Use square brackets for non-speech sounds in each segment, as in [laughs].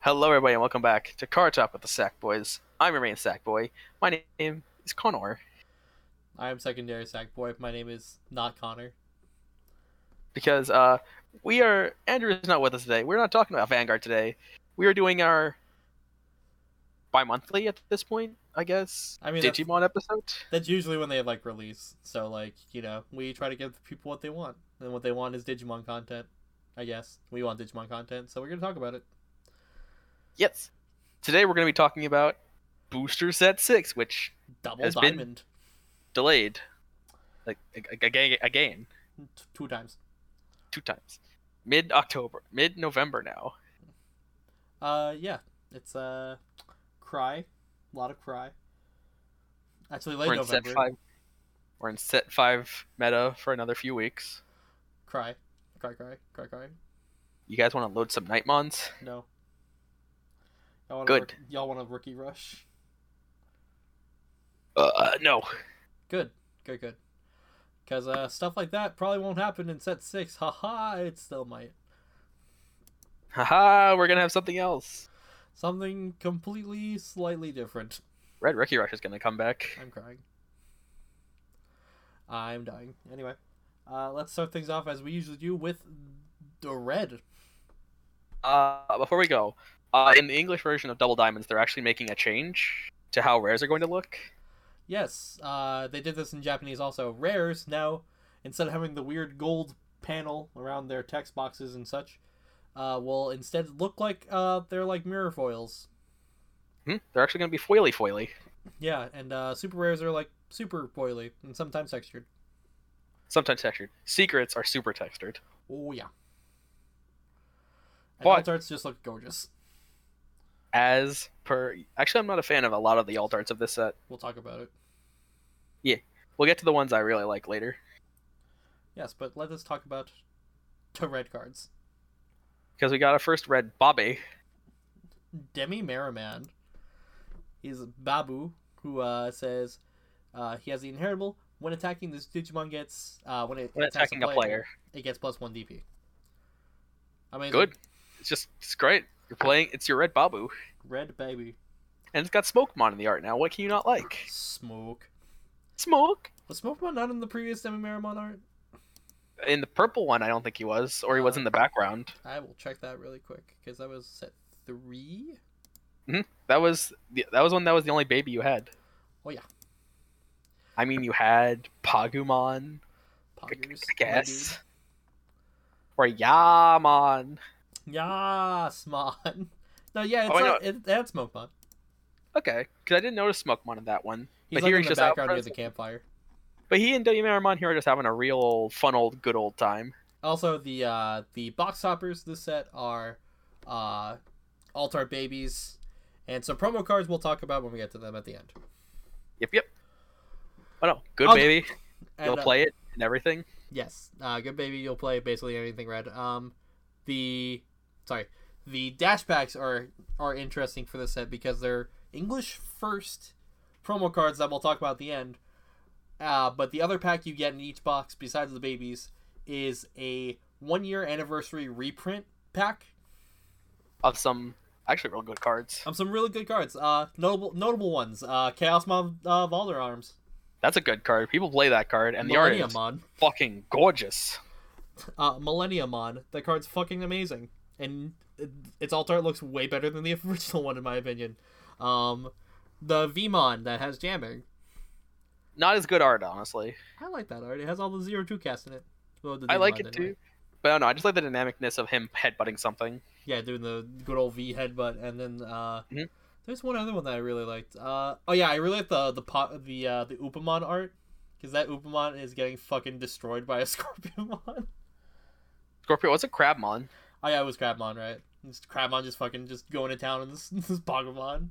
Hello, everybody, and welcome back to Car Talk with the Sack Boys. I'm your main Sack Boy. My name is Connor I am secondary sack boy. My name is not Connor. because uh, we are Andrew is not with us today. We're not talking about Vanguard today. We are doing our bi-monthly at this point, I guess. I mean, that's, Digimon episode. that's usually when they like release. So like you know, we try to give the people what they want, and what they want is Digimon content. I guess we want Digimon content, so we're gonna talk about it. Yes. Today we're going to be talking about Booster Set Six, which Double Has been- diamond, delayed like ag- ag- again T- two times. two times, mid October, mid November now. Uh, yeah, it's uh, cry, a lot of cry. Actually, late we're in November, set five. We're in set five meta for another few weeks. cry, cry, cry, cry, cry. You guys want to load some Nightmons? No. Y'all want Good. A, y'all want a rookie rush? Uh, no. [laughs] Good, good, good. Because uh, stuff like that probably won't happen in set six. [laughs] Haha, it still might. Haha, we're gonna have something else. Something completely, slightly different. Red Ricky Rush is gonna come back. I'm crying. I'm dying. Anyway, uh, let's start things off as we usually do with the red. Uh, before we go, uh, in the English version of Double Diamonds, they're actually making a change to how rares are going to look. Yes, uh, they did this in Japanese also. Rares now, instead of having the weird gold panel around their text boxes and such, uh, will instead look like uh, they're like mirror foils. Hmm? They're actually gonna be foily foily. Yeah, and uh, super rares are like super oily and sometimes textured. Sometimes textured. Secrets are super textured. Oh yeah. And But- alt arts just look gorgeous. As per, actually, I'm not a fan of a lot of the alt arts of this set. We'll talk about it. We'll get to the ones I really like later Yes, but let us talk about [laughs] the red cards. because we got our first red Bobby. Demi Merriman is Babu, who uh, says uh, he has the inheritable. When attacking, this Digimon gets uh, when it When attacks attacking a player, it gets plus one DP. Amazing. good. It's just it's great. You're playing. It's your red Babu, Red baby. and it's got Smokemon in the art now. What can you not like? Smoke. Smoke. Was Smokemon not in the previous Demi Merriman art? in the purple one i don't think he was or he was in the background I will check that really quick because that was set three. that was the, that was one that was the only baby you had Oh, yeah. i mean you had pagumon Poggers. i guess or yamon [laughs] Yasmon. No, yeah, it's Oh, I know. not, it, that's Mokemon. okay because i didn't notice smokemon in that one He's But like here in he's the just out background near the present. campfire. but he and Marimon here are just having a real old fun old good old time Also, the uh, the box hoppers this set are uh, Altar Babies, and some promo cards we'll talk about when we get to them at the end. yep yep oh no good Oh, baby And, you'll uh, play it and everything Yes, uh, good baby. You'll play basically anything red. Um, the sorry, the dash packs are are interesting for this set because they're English first promo cards that we'll talk about at the end. Uh, but the other pack you get in each box besides the babies is a one year anniversary reprint pack of some actually real good cards of some really good cards. Uh, notable notable ones. Uh, Chaos Mob uh, Valder Arms that's a good card people play that card and the art Millennium is Mon. fucking gorgeous uh, Millenniumon. The card's fucking amazing, and it- its alt art looks way better than the [laughs] original one in my opinion. Um, the Vmon that has jamming, not as good art honestly I like that art. It has all the zero two cast in it. Well, the I like Vmon it anyway. too. But I don't know, I just like the dynamicness of him headbutting something. Yeah, doing the good old V headbutt, and then uh, Mhm. there's one other one that I really liked. Uh, oh yeah, I really like the the pot the uh, the Upamon art. Because that Upamon is getting fucking destroyed by a [laughs] Scorpion. Scorpio, what's a Crabmon? oh yeah, it was Crabmon, right? It's Crabmon just fucking just going to town on this [laughs] this Pokemon.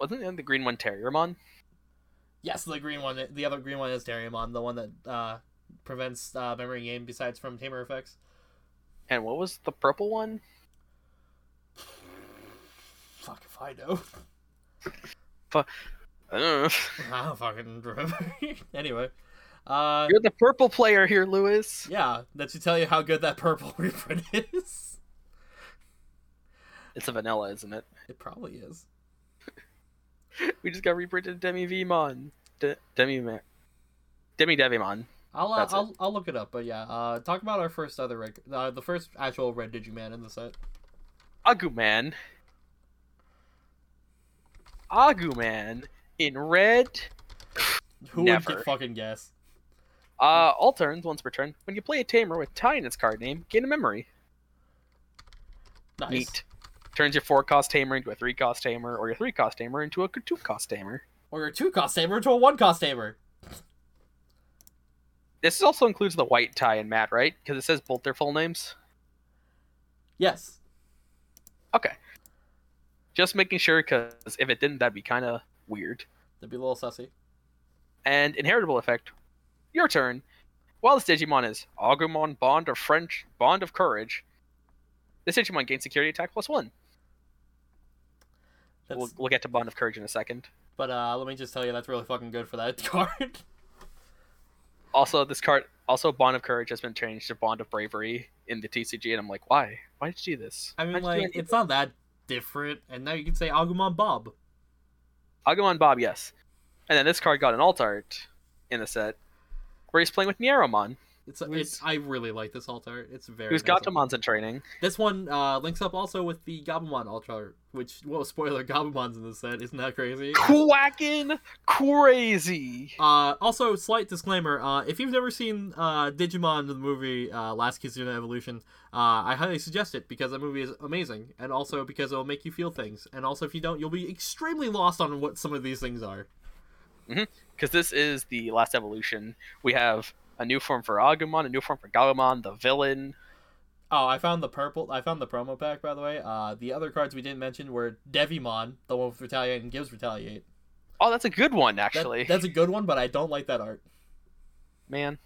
Wasn't it the green one Terriermon? Yes, the green one. The other green one is Dariamon, the one that uh, prevents uh, memory game besides from tamer effects. And what was the purple one? Fuck if I know. I don't know. [laughs] I don't fucking remember. [laughs] anyway, uh, You're the purple player here, Lewis. [laughs] yeah, that should tell you how good that purple reprint is. It's a vanilla, isn't it? [laughs] It probably is. We just got reprinted Demi Vimon. De- Demi Ma- Demi Devimon. I'll uh, That's it. I'll, I'll look it up, but yeah, uh, talk about our first other red, uh, the first actual red Digimon in the set. Aguman. Aguman in red. Who would Never. get fucking guess? Uh, all turns, once per turn. When you play a tamer with Ty in its card name, gain a memory. Nice. Neat. Turns your four cost tamer into a three cost tamer, or your three cost tamer into a two cost tamer. Or your two cost saber to a one cost saber. This also includes the white tie and Matt, right? Because it says both their full names. Yes. Okay. Just making sure, because if it didn't, that'd be kind of weird. That'd be a little sussy. And inheritable effect. Your turn. While this Digimon is Agumon Bond of French Bond of Courage, this Digimon gains security attack plus one. That's, We'll, we'll get to Bond of Courage in a second. But uh, let me just tell you, that's really fucking good for that [laughs] card. Also, this card, also Bond of Courage has been changed to Bond of Bravery in the TCG, and I'm like, why? Why did you do this? I Why'd mean, you do like, that? it's not that different. And now you can say Agumon Bob. Agumon Bob, yes. And then this card got an alt art in the set, where he's playing with Nieromon, It's, it's Who's- I really like this alt art. It's very. who's nice alt Gatamon's in training. This one uh, links up also with the Gabumon Ultra, which, whoa, [laughs] spoiler, Gabumon's in this set. Isn't that crazy? Quacking crazy! Uh, also, slight disclaimer: uh, if you've never seen uh, Digimon the movie uh, Last Kizuna Evolution, uh, I highly suggest it because that movie is amazing, and also because it'll make you feel things, and also if you don't, you'll be extremely lost on what some of these things are. Because this is the last evolution. We have a new form for Agumon, a new form for Galamon, the villain. Oh, I found the purple. I found the promo pack, by the way. Uh, the other cards we didn't mention were Devimon, the one with Retaliate and gives Retaliate. Oh, that's a good one, That- actually. that's a good one, but I don't like that art. Man.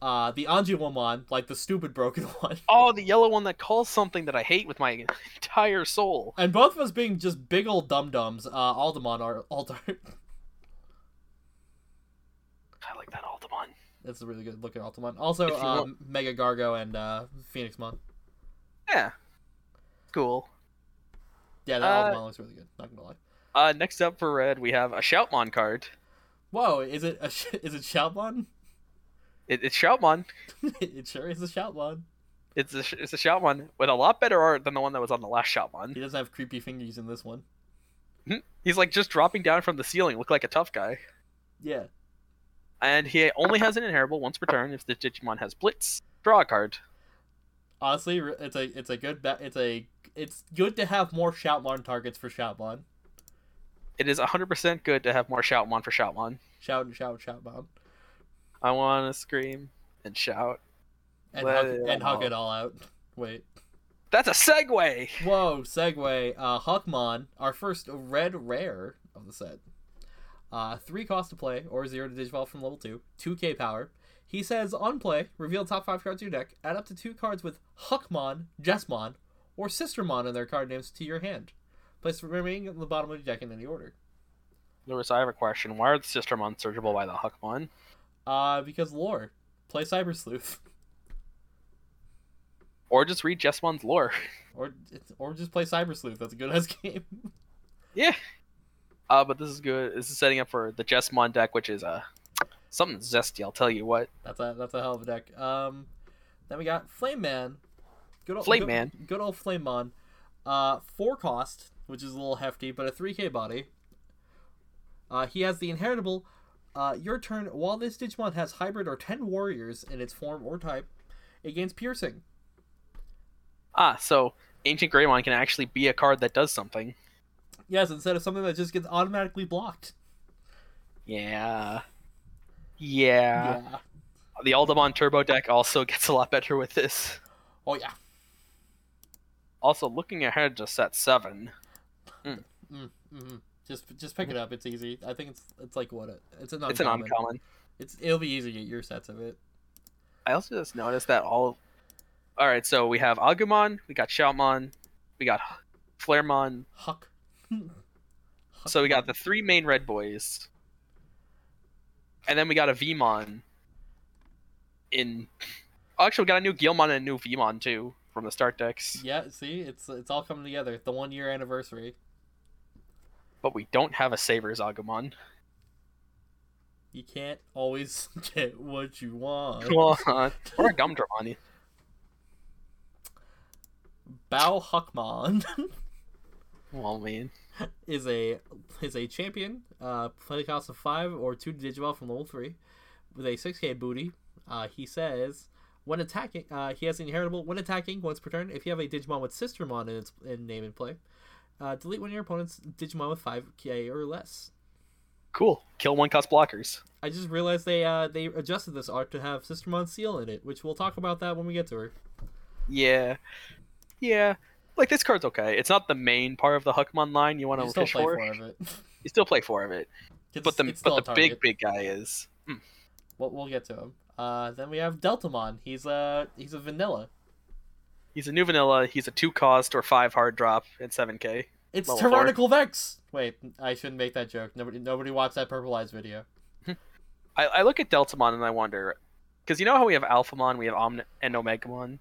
Uh, the Anjumamon, like the stupid broken [laughs] one. Oh, the yellow one that calls something that I hate with my entire soul. And both of us being just big old dum dums, uh, Aldemon are Altar. I like that Altamon. [laughs] That's a really good look at Altamon. Also, If you uh, Mega Gargo and uh, Phoenixmon. Yeah. Cool. Yeah, that Uh, Altamon looks really good. Not gonna lie. Uh, next up for red, we have a Shoutmon card. Whoa, is it a sh- [laughs] is it Shoutmon? It, it's Shoutmon. it sure is a Shoutmon. It's a, sh- it's a Shoutmon with a lot better art than the one that was on the last Shoutmon. He doesn't have creepy fingers in this one. He's like just dropping down from the ceiling, look like a tough guy. Yeah. And he only has an inheritable once per turn if the Digimon has Blitz. Draw a card. Honestly, re- it's a it's a good ba- it's a it's good to have more Shoutmon targets for Shoutmon. It is 100% good to have more Shoutmon for Shoutmon. Shout and shout Shoutmon. I want to scream and shout. And Let hug, it and hug out. it all out. Wait. That's a segue! Whoa, segue. Uh, Hawkmon, our first red rare of the set. Uh, three cost to play, or zero to digivolve from level two, 2k power. He says, on play, reveal top five cards of your deck, add up to two cards with Huckmon, Jessmon, or Sistermon in their card names to your hand. Place the remaining at the bottom of your deck in any order. Lewis, I have a question. Why are the Sistermon searchable by the Huckmon? Uh, because lore. Play Cyber Sleuth. [laughs] Or just read Jessmon's lore. Or, or just play Cyber Sleuth. That's a good [laughs] ass game. Yeah. Uh, but this is good. This is setting up for the Jessmon deck, which is uh something zesty. I'll tell you what. That's a that's a hell of a deck. Um, then we got Flame Man. Good ol- Flame good- Man. Good old Flame Man. Uh, four cost, which is a little hefty, but a three K body. Uh, he has the inheritable. Uh, your turn. While this Digimon has hybrid or ten warriors in its form or type, it gains piercing. Ah, so Ancient Greymon can actually be a card that does something. Yes, instead of something that just gets automatically blocked. Yeah. Yeah. yeah. The Aldemon Turbo deck also [laughs] gets a lot better with this. Oh yeah. Also, looking ahead to set seven. Mm, hmm Just just pick it up. It's easy. I think it's it's like what it, it's an uncommon. It's an uncommon. It's it'll be easy to get your sets of it. I also just noticed that all. All right, so we have Agumon, we got Shoutmon, we got Flaremon. Huck. So we got the three main red boys, and then we got a Vmon. In, oh, actually, we got a new Gilmon and a new Vmon too. from the start decks, Yeah, see, it's it's all coming together. The one year anniversary. but we don't have a Saver's [laughs] Agumon. You can't always [laughs] get what you want. Come on. or a Gumdramon. Bao Huckmon Well, man. is a is a champion. Uh, play cost of five or two Digimon from level three, with a six K booty. Uh, he says when attacking, uh, he has an inheritable when attacking once per turn. If you have a Digimon with Sistermon in its in name and play, uh, delete one of your opponent's Digimon with five K or less. Cool. Kill one cost blockers. I just realized they uh, they adjusted this art to have Sistermon Seal in it, which we'll talk about that when we get to her. Yeah. Yeah. Like this card's okay. It's not the main part of the Huckmon line you want You to still fish play for. four [laughs] of it. You still play four of it. It's- but the it's still but a the big target. big guy is mm, We'll, we'll get to him. Uh, then we have Deltamon. He's a he's a vanilla. he's a new vanilla. He's a two cost or five hard drop and seven k. It's Level four. Tyrannical Vex. Wait, I shouldn't make that joke. Nobody nobody watched that Purple Eyes video. [laughs] I, I look at Deltamon and I wonder, because you know how we have Alphamon, we have Omni and Omegamon.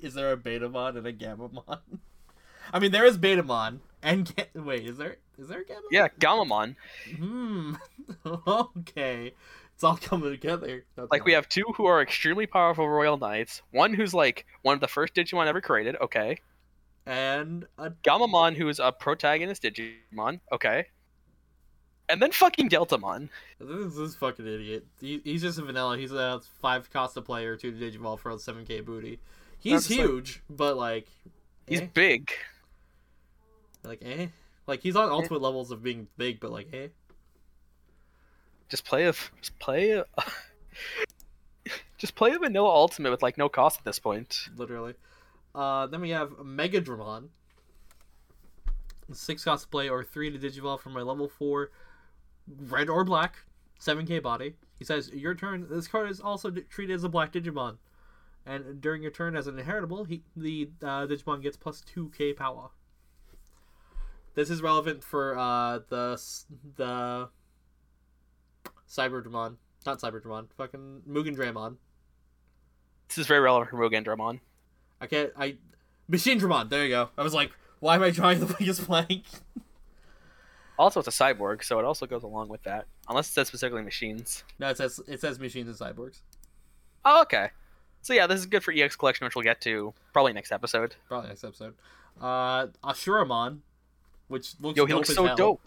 Is there a Betamon and a Gamamon? [laughs] I mean, there is Betamon and Ga- wait, is there is there a Gamamon? Yeah, Gamamon. Hmm. [laughs] okay. It's all coming together. Like we have two who are extremely powerful Royal Knights. One who's like one of the first Digimon ever created. Okay. and a Gamamon, who is a protagonist Digimon. Okay. And then fucking Deltamon. This this fucking idiot. He, he's just a vanilla. He's a five cost to play or two to Digimon for a seven K booty. He's just like- huge, but like, He's eh? big. like eh, like he's on ultimate levels of being big, but like eh. Just play a f- just play a [laughs] just play a vanilla ultimate with like no cost at this point. literally. Uh, then we have Megadramon. Six cost to play or three to Digivolve from my level four, red or black, 7k body. He says, Your turn. This card is also d- treated as a black Digimon. And during your turn as an inheritable, he, the uh, Digimon gets plus 2k power. This is relevant for uh, the s- the Cyberdramon. Not Cyberdramon. Fucking Mugen Dramon. This is very relevant for Mugendramon. I can't. I machine Dramon. There you go. I was like, why am I drawing the weakest blank? [laughs] Also, it's a cyborg, so it also goes along with that. Unless it says specifically machines. no, it says it says machines and cyborgs. Oh, okay. So yeah, this is good for EX collection, which we'll get to probably next episode. Probably next episode. Uh, Ashuramon, which looks Yo, he dope looks as so hell. dope.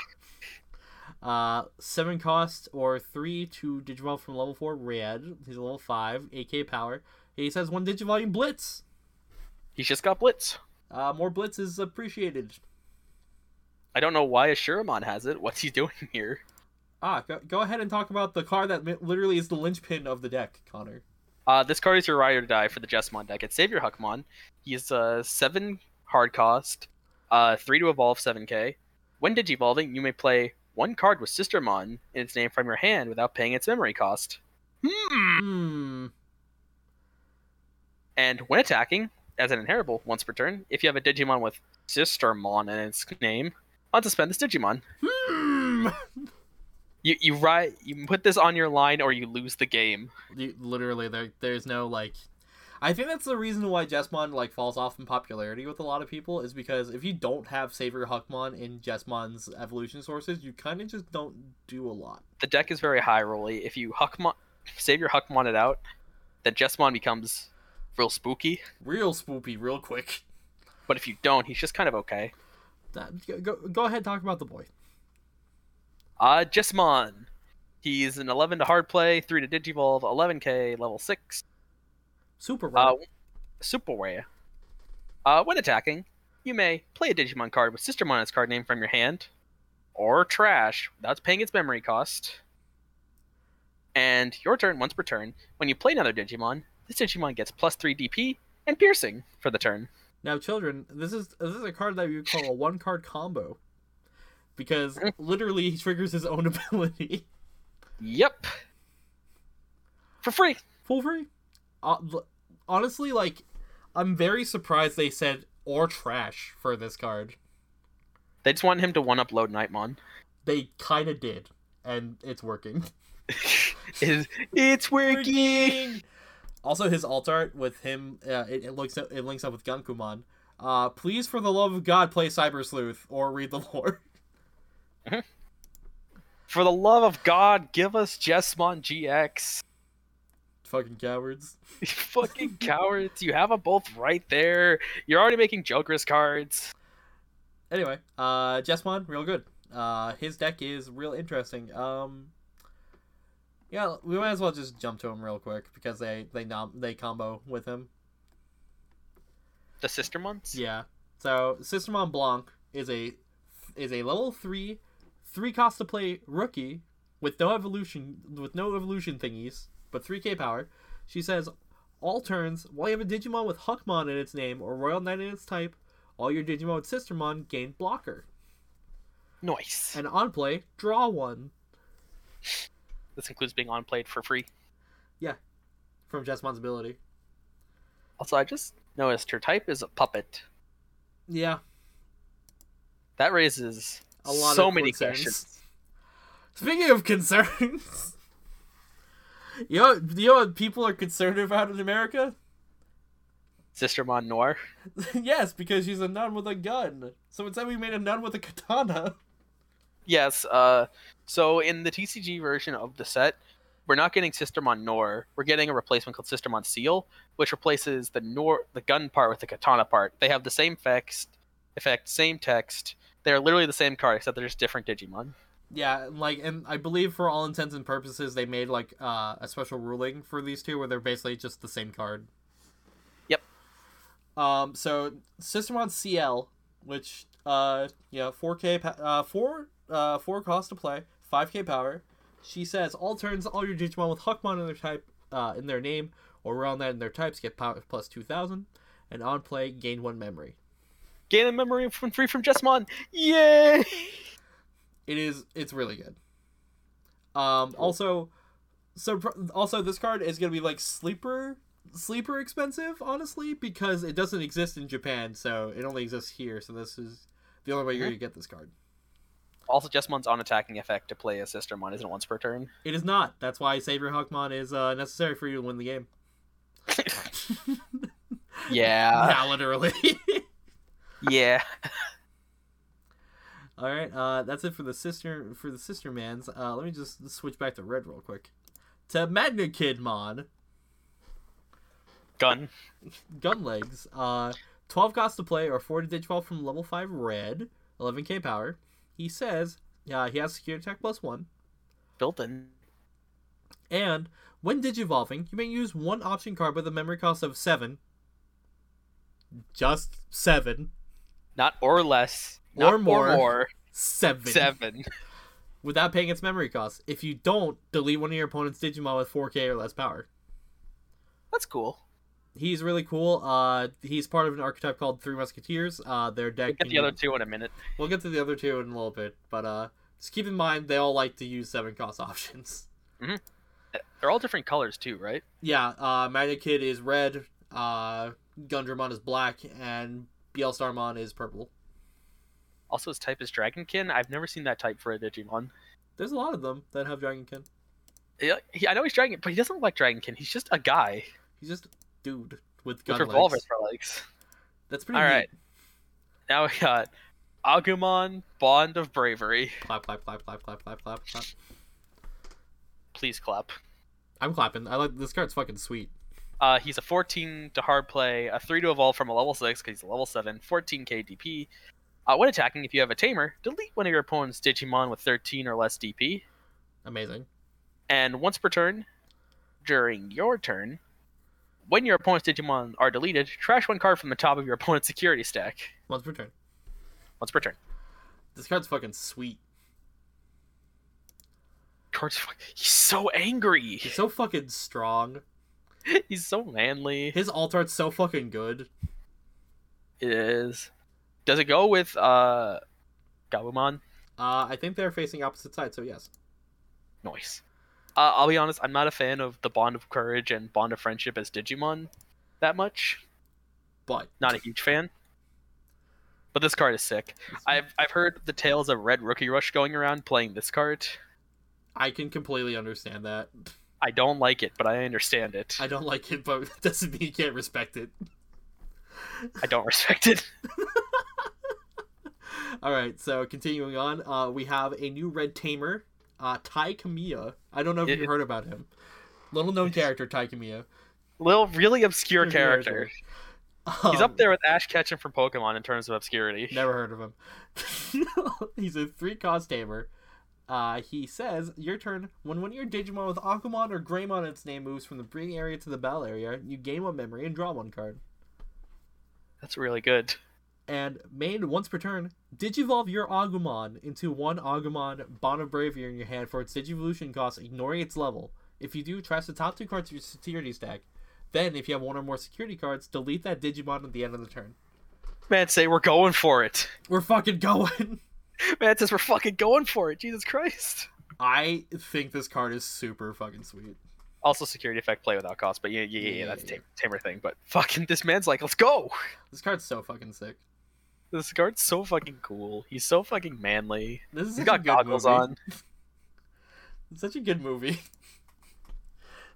Uh, seven cost or three to Digimon from level four red. He's a level five, AK power. He says one Digivolume Blitz. He's just got Blitz. Uh, more Blitz is appreciated. I don't know why Ashuramon has it. What's he [laughs] doing here? Ah, go, go ahead and talk about the card that mi- literally is the linchpin of the deck, Connor. Uh, this card is your ride or die for the Jessmon deck. It's Savior Huckmon. He's uh, seven hard cost, uh, three to evolve, seven K. When digivolving, you may play one card with Sistermon in its name from your hand without paying its memory cost. Hmm. Hmm. And when attacking, as an inheritable, once per turn, if you have a Digimon with Sistermon in its name, unsuspend this Digimon. Hmm. You you ride you put this on your line or you lose the game. You, literally, there there's no like. I think that's the reason why Jessmon like falls off in popularity with a lot of people is because if you don't have Savior Huckmon in Jessmon's evolution sources, you kind of just don't do a lot. The deck is very high rolly. If you Huckmon save your Huckmon it out, then Jessmon becomes real spooky. Real spoopy, real quick. But if you don't, he's just kind of okay. That, go- go go ahead, talk about the boy. Uh Jessmon. He's an eleven to hard play, three to digivolve, eleven K, level six. Super Uh, rare. super rare. Uh, when attacking, you may play a Digimon card with Sistermon as card name from your hand, or trash without paying its memory cost. And your turn once per turn. When you play another Digimon, this Digimon gets plus three DP and piercing for the turn. Now, children, this is this is a card that we would call a one card combo, because literally he triggers his own [laughs] ability. Yep. For free. full free. Uh, l- honestly, like, I'm very surprised they said or trash for this card. They just want him to one upload Nightmon. [laughs] They kind of did, and it's working. It's, it's working. Working. Also, his alt art with him uh, it, it looks it links up with Gunkuman. Uh, please, for the love of God, play Cyber Sleuth or read the [laughs] lore. For the love of God, give us Jessmon GX. Fucking cowards. [laughs] You fucking cowards. You have them both right there. You're already making Joker's cards. Anyway, uh, Jessmon, real good. Uh, his deck is real interesting. Um, yeah, we might as well just jump to him real quick because they they nom- they combo with him. The sister months? Yeah. So Sistermon Blanc is a is a level three, three cost to play rookie with no evolution with no evolution thingies, but three K power. She says, all turns while you have a Digimon with Huckmon in its name or Royal Knight in its type, all your Digimon with Sistermon gain blocker. Nice. And on play, draw one This includes being on played for free. from Jessmon's ability. Also, I just noticed her type is a puppet. Yeah, That raises a lot so of many concerns. questions. Speaking of concerns, [laughs] you know, you know what people are concerned about in America? [laughs] Sister Mon Noir. yes, because she's a nun with a gun. So instead, we made a nun with a katana. Yes, uh, so in the TCG version of the set, we're not getting Sister Mon Noir. We're getting a replacement called Sister Mon Seal, which replaces the Nor the gun part with the katana part. They have the same effects, effect, same text. They're literally the same card, except they're just different Digimon. Yeah, and, like, and I believe for all intents and purposes, they made like uh, a special ruling for these two, where they're basically just the same card. Yep. Um. So Sistermon CL, which uh, you know, four K, pa- uh, four uh, four cost to play, five K power. She says all turns, all your Digimon with Huckmon in their type, uh, in their name, or around that in their types get power plus two thousand, and on play gain one memory. Gain a memory from free from Jessmon. Yay! [laughs] It is. It's really good. Um. Also, so also this card is gonna be like sleeper sleeper expensive, honestly, because it doesn't exist in Japan, so it only exists here. So this is the only way you're gonna get this card. Also, Jessmon's on attacking effect to play a Sister Mon isn't once per turn. It is not. That's why Savior Hawkmon is uh, necessary for you to win the game. Yeah. Ah. [laughs] yeah, literally. yeah. All right. Uh, that's it for the sister for the sister man's. Uh, let me just switch back to red real quick. To Magna Kidmon. Gun. gun legs. Uh, 12 cost to play or 4 to Digimon from level 5 red, 11k power. He says uh, he has secure attack plus 1. Built in. And when Digivolving, you may use one option card with a memory cost of 7. Just 7. Not or less. Or Not more. Or more. 7. Seven. Without paying its memory cost. If you don't, delete one of your opponent's Digimon with 4k or less power. That's cool. He's really cool. Uh, he's part of an archetype called Three Musketeers. Uh, their deck. We'll get the can- other two in a minute. We'll get to the other two in a little bit, but uh, just keep in mind they all like to use seven cost [laughs] options. They're all different colors too, right? Yeah, uh, Magna Kid is red, uh, Gundramon is black, and Starmon is purple. Also, his type is Dragonkin. I've never seen that type for a Digimon. There's a lot of them that have Dragonkin. Yeah, He, I know he's Dragon, but he doesn't look like Dragonkin. He's just a guy He's just dude with with gun revolvers legs. for legs. That's pretty All right. Now we got Agumon, Bond of Bravery. neat. Clap, clap, clap, clap, clap, clap, clap, clap. Please clap. I'm clapping. I like this card's fucking sweet. Uh, he's a 14 to hard play, a 3 to evolve from a level 6 because he's a level 7, 14k DP. Uh, when attacking, if you have a Tamer, delete one of your opponent's Digimon with 13 or less DP. Amazing. And once per turn, during your turn, when your opponent's Digimon are deleted, trash one card from the top of your [laughs] opponent's security stack. Once per turn. Once per turn. This card's fucking sweet. Card's fuck. He's so angry. [laughs] He's so fucking strong. He's so manly. His alt art's so fucking good. It is. Does it go with uh, Gabumon? Uh, I think they're facing opposite sides, so yes. Noise. Uh, I'll be honest. I'm not a fan of the bond of courage and bond of friendship as Digimon that much. But Not a huge fan. But this card is sick. I've I've heard the tales of Red Rookie Rush going around playing this card. I can completely understand that. I don't like it, but I understand it. I don't like it, but [laughs] it doesn't mean you can't respect it. I don't [laughs] respect it. All right, so continuing on, uh, we have a new red tamer, uh, Tai Kamiya. I don't know if It- you heard about him. Little known character, Tai Kamiya. Little, really obscure Obscure character. character. He's Um, up there with Ash Ketchum from Pokemon in terms of obscurity. Never heard of him. [laughs] He's a three cost tamer. Uh, he says, Your turn. When one of your Digimon with Aquamon or Greymon in its name moves from the Bring area to the Battle area, you gain one memory and draw one card. That's really good. And made once per turn, Digivolve your Agumon into one Agumon Bond of Bravery in your hand for its Digivolution cost, ignoring its level. If you do, trash the top two cards of your security stack. Then, if you have one or more security cards, delete that Digimon at the end of the turn. Man, say we're going for it. [laughs] We're fucking going! [laughs] Man says we're fucking going for it. Jesus Christ. I think this card is super fucking sweet. Also, security effect play without cost, but yeah, yeah, yeah, Yeah, yeah that's yeah, a tam- tamer thing. But fucking, this man's like, let's go. This card's so fucking sick. This guard's so fucking cool. He's so fucking manly. This He's is such a got good goggles movie. on. It's [laughs] such a good movie. [laughs]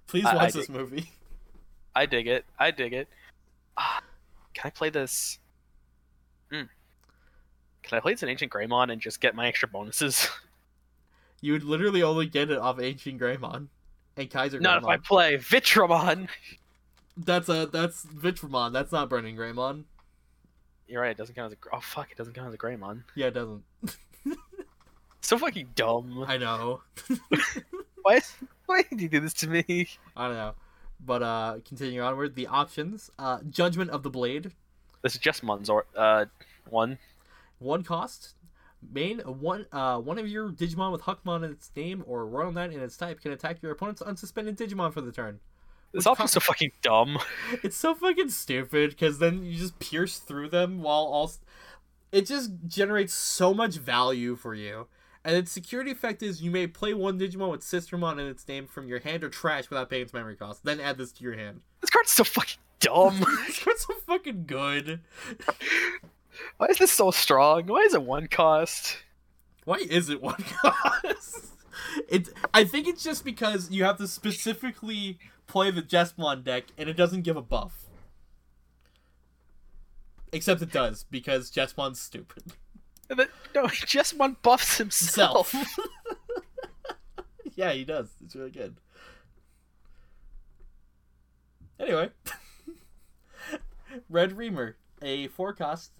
Please I- watch I this movie. [laughs] I dig it. I dig it. Ah, can I play this? Hmm. Can I play this an ancient Greymon and just get my extra bonuses? You would literally only get it off Ancient Greymon and Kaiser Not Greymon. if I play Vitramon. That's a that's Vitramon. That's not Burning Greymon. You're right. It doesn't count as a. gr- Oh fuck! It doesn't count as a Greymon. Yeah, it doesn't. So fucking dumb. I know. Why? Why did you do this to me? I don't know. But uh continuing onward, the options. Uh Judgment of the Blade. This is just Munzor. Uh, one. One cost. Main one uh one of your Digimon with Huckmon in its name or Royal Knight in its type can attack your opponent's unsuspended Digimon for the turn. This Which option's con- so fucking dumb. It's so fucking stupid because then you just pierce through them while all. It just generates so much value for you. And its security effect is you may play one Digimon with Sistermon in its name from your hand or trash without paying its memory cost. Then add this to your hand. This card's so fucking dumb. [laughs] this card's so fucking good. Why is this so strong? Why is it one cost? Why is it one cost? [laughs] It, I think it's just because you have to specifically play the Jessmon deck and it doesn't give a buff. Except it does, because Jessmon's stupid. And then, no, he just one buffs himself. self. [laughs] yeah, he does. It's really good. Anyway, [laughs] Red Reamer, a forecast.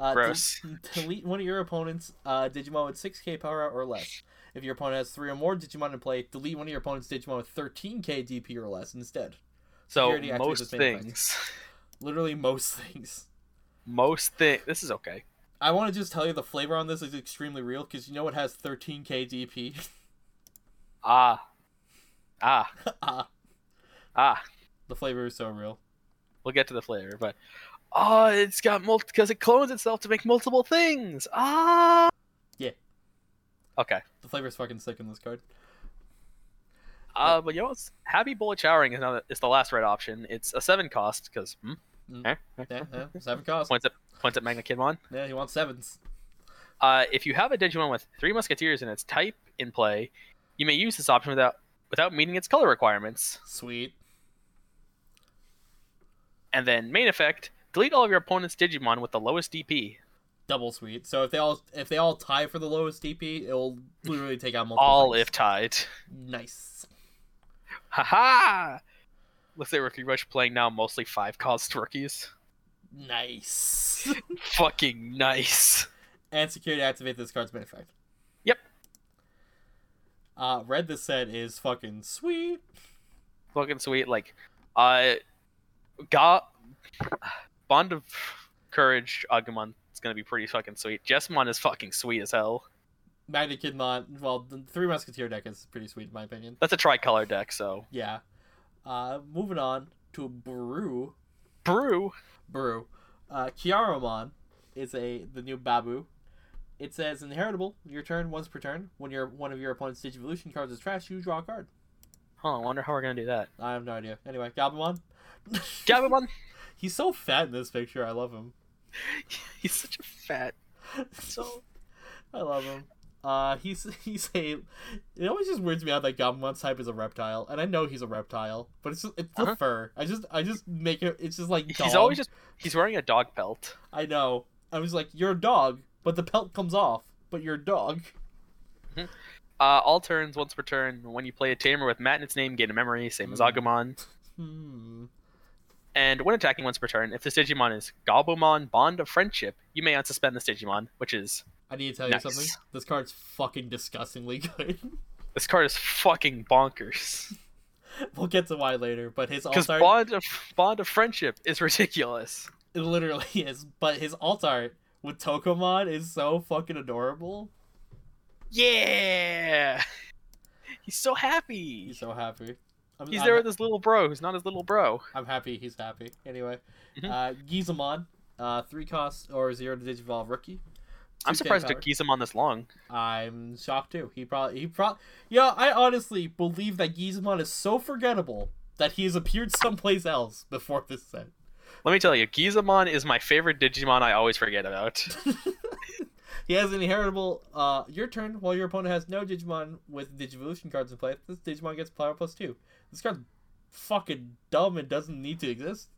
Uh, Gross. De- [laughs] delete one of your opponent's uh, Digimon with 6k power or less. If your opponent has three or more Digimon in play, delete one of your opponent's Digimon with 13k DP or less instead. So Security activates most its main effect. things, Literally most [laughs] things. most thing. This is okay. I want to just tell you the flavor on this is extremely real because you know it has 13k DP. Ah, ah, [laughs] Ah, ah. the flavor is so real. We'll get to the flavor, but oh, it's got multi because it clones itself to make multiple things. Ah. Yeah. Okay. The flavor's fucking sick in this card. Uh, but you know, what's- happy bullet showering is, now the, is the last red option. It's a seven cost because hmm? Mm. Eh? [laughs] Yeah, yeah, seven cost. points at points at Magna Kidmon. Yeah, he wants sevens. Uh, if you have a Digimon with three Musketeers in its type in play, you may use this option without without meeting its color requirements. Sweet. And then main effect: delete all of your opponent's Digimon with the lowest DP. Double sweet. So if they all if they all tie for the lowest DP, it'll literally take out multiple. All things. if tied. nice. Haha. Looks like we're pretty much playing now mostly five cost rookies. Nice. [laughs] Fucking nice. and security activate this card's main effect. Yep. Uh, red this set is fucking sweet. Fucking sweet. Like, uh, got Bond of Courage Agumon is gonna be pretty fucking sweet. Jessmon is fucking sweet as hell. Magna Kidmon. Well, the three musketeer deck is pretty sweet in my opinion. That's a tricolor deck, so Yeah. Uh, moving on to Brew. brew. brew. Uh, Kiaramon is a the new Babu. It says inheritable. Your turn once per turn. When your one of your opponent's Digivolution cards is trash, you draw a card. Huh, I wonder how we're gonna do that. I have no idea. Anyway, Gabumon. Gabumon, [laughs] [laughs] He's so fat in this picture. I love him. he's such a fat. [laughs] So [laughs] I love him. Uh, he's he's a. It always just weirds me out that Gommon's type is a reptile, and I know he's a reptile, but it's just, it's the Uh-huh. fur. I just I just make it. It's just like He's dog. always just he's wearing a dog pelt. I know. I was like, you're a dog, but the pelt comes off. But you're a dog. Uh, all turns, once per turn. When you play a tamer with Matt in its name, gain a memory, same as Mm. Agumon. Hmm. And when attacking once per turn, if this Digimon is Gobomon Bond of Friendship, you may unsuspend this Digimon, which is I need to tell Nice. you something. This card's fucking disgustingly [laughs] good. this card is fucking [laughs] bonkers. we'll get to why later, but his Because altar Bond of Bond of Friendship is ridiculous. it [laughs] literally is. But his altar with Tokomon is so fucking adorable. Yeah, he's so happy. He's so happy. I'm, He's I'm- there with his little bro, who's not his little bro. I'm happy he's happy. Anyway, Mhm. uh, Gizamon, uh, three cost or zero to digivolve rookie. I'm 2K surprised it took power. Gizamon this long. I'm shocked too. He probably he probably yeah. I honestly believe that Gizamon is so forgettable that he has appeared [laughs] someplace else before this set. Let me tell you, Gizamon is my favorite Digimon. I always forget about. [laughs] He has an inheritable uh your turn while your opponent has no Digimon with Digivolution cards in play. This Digimon gets power plus two. This card's fucking dumb and doesn't need to exist.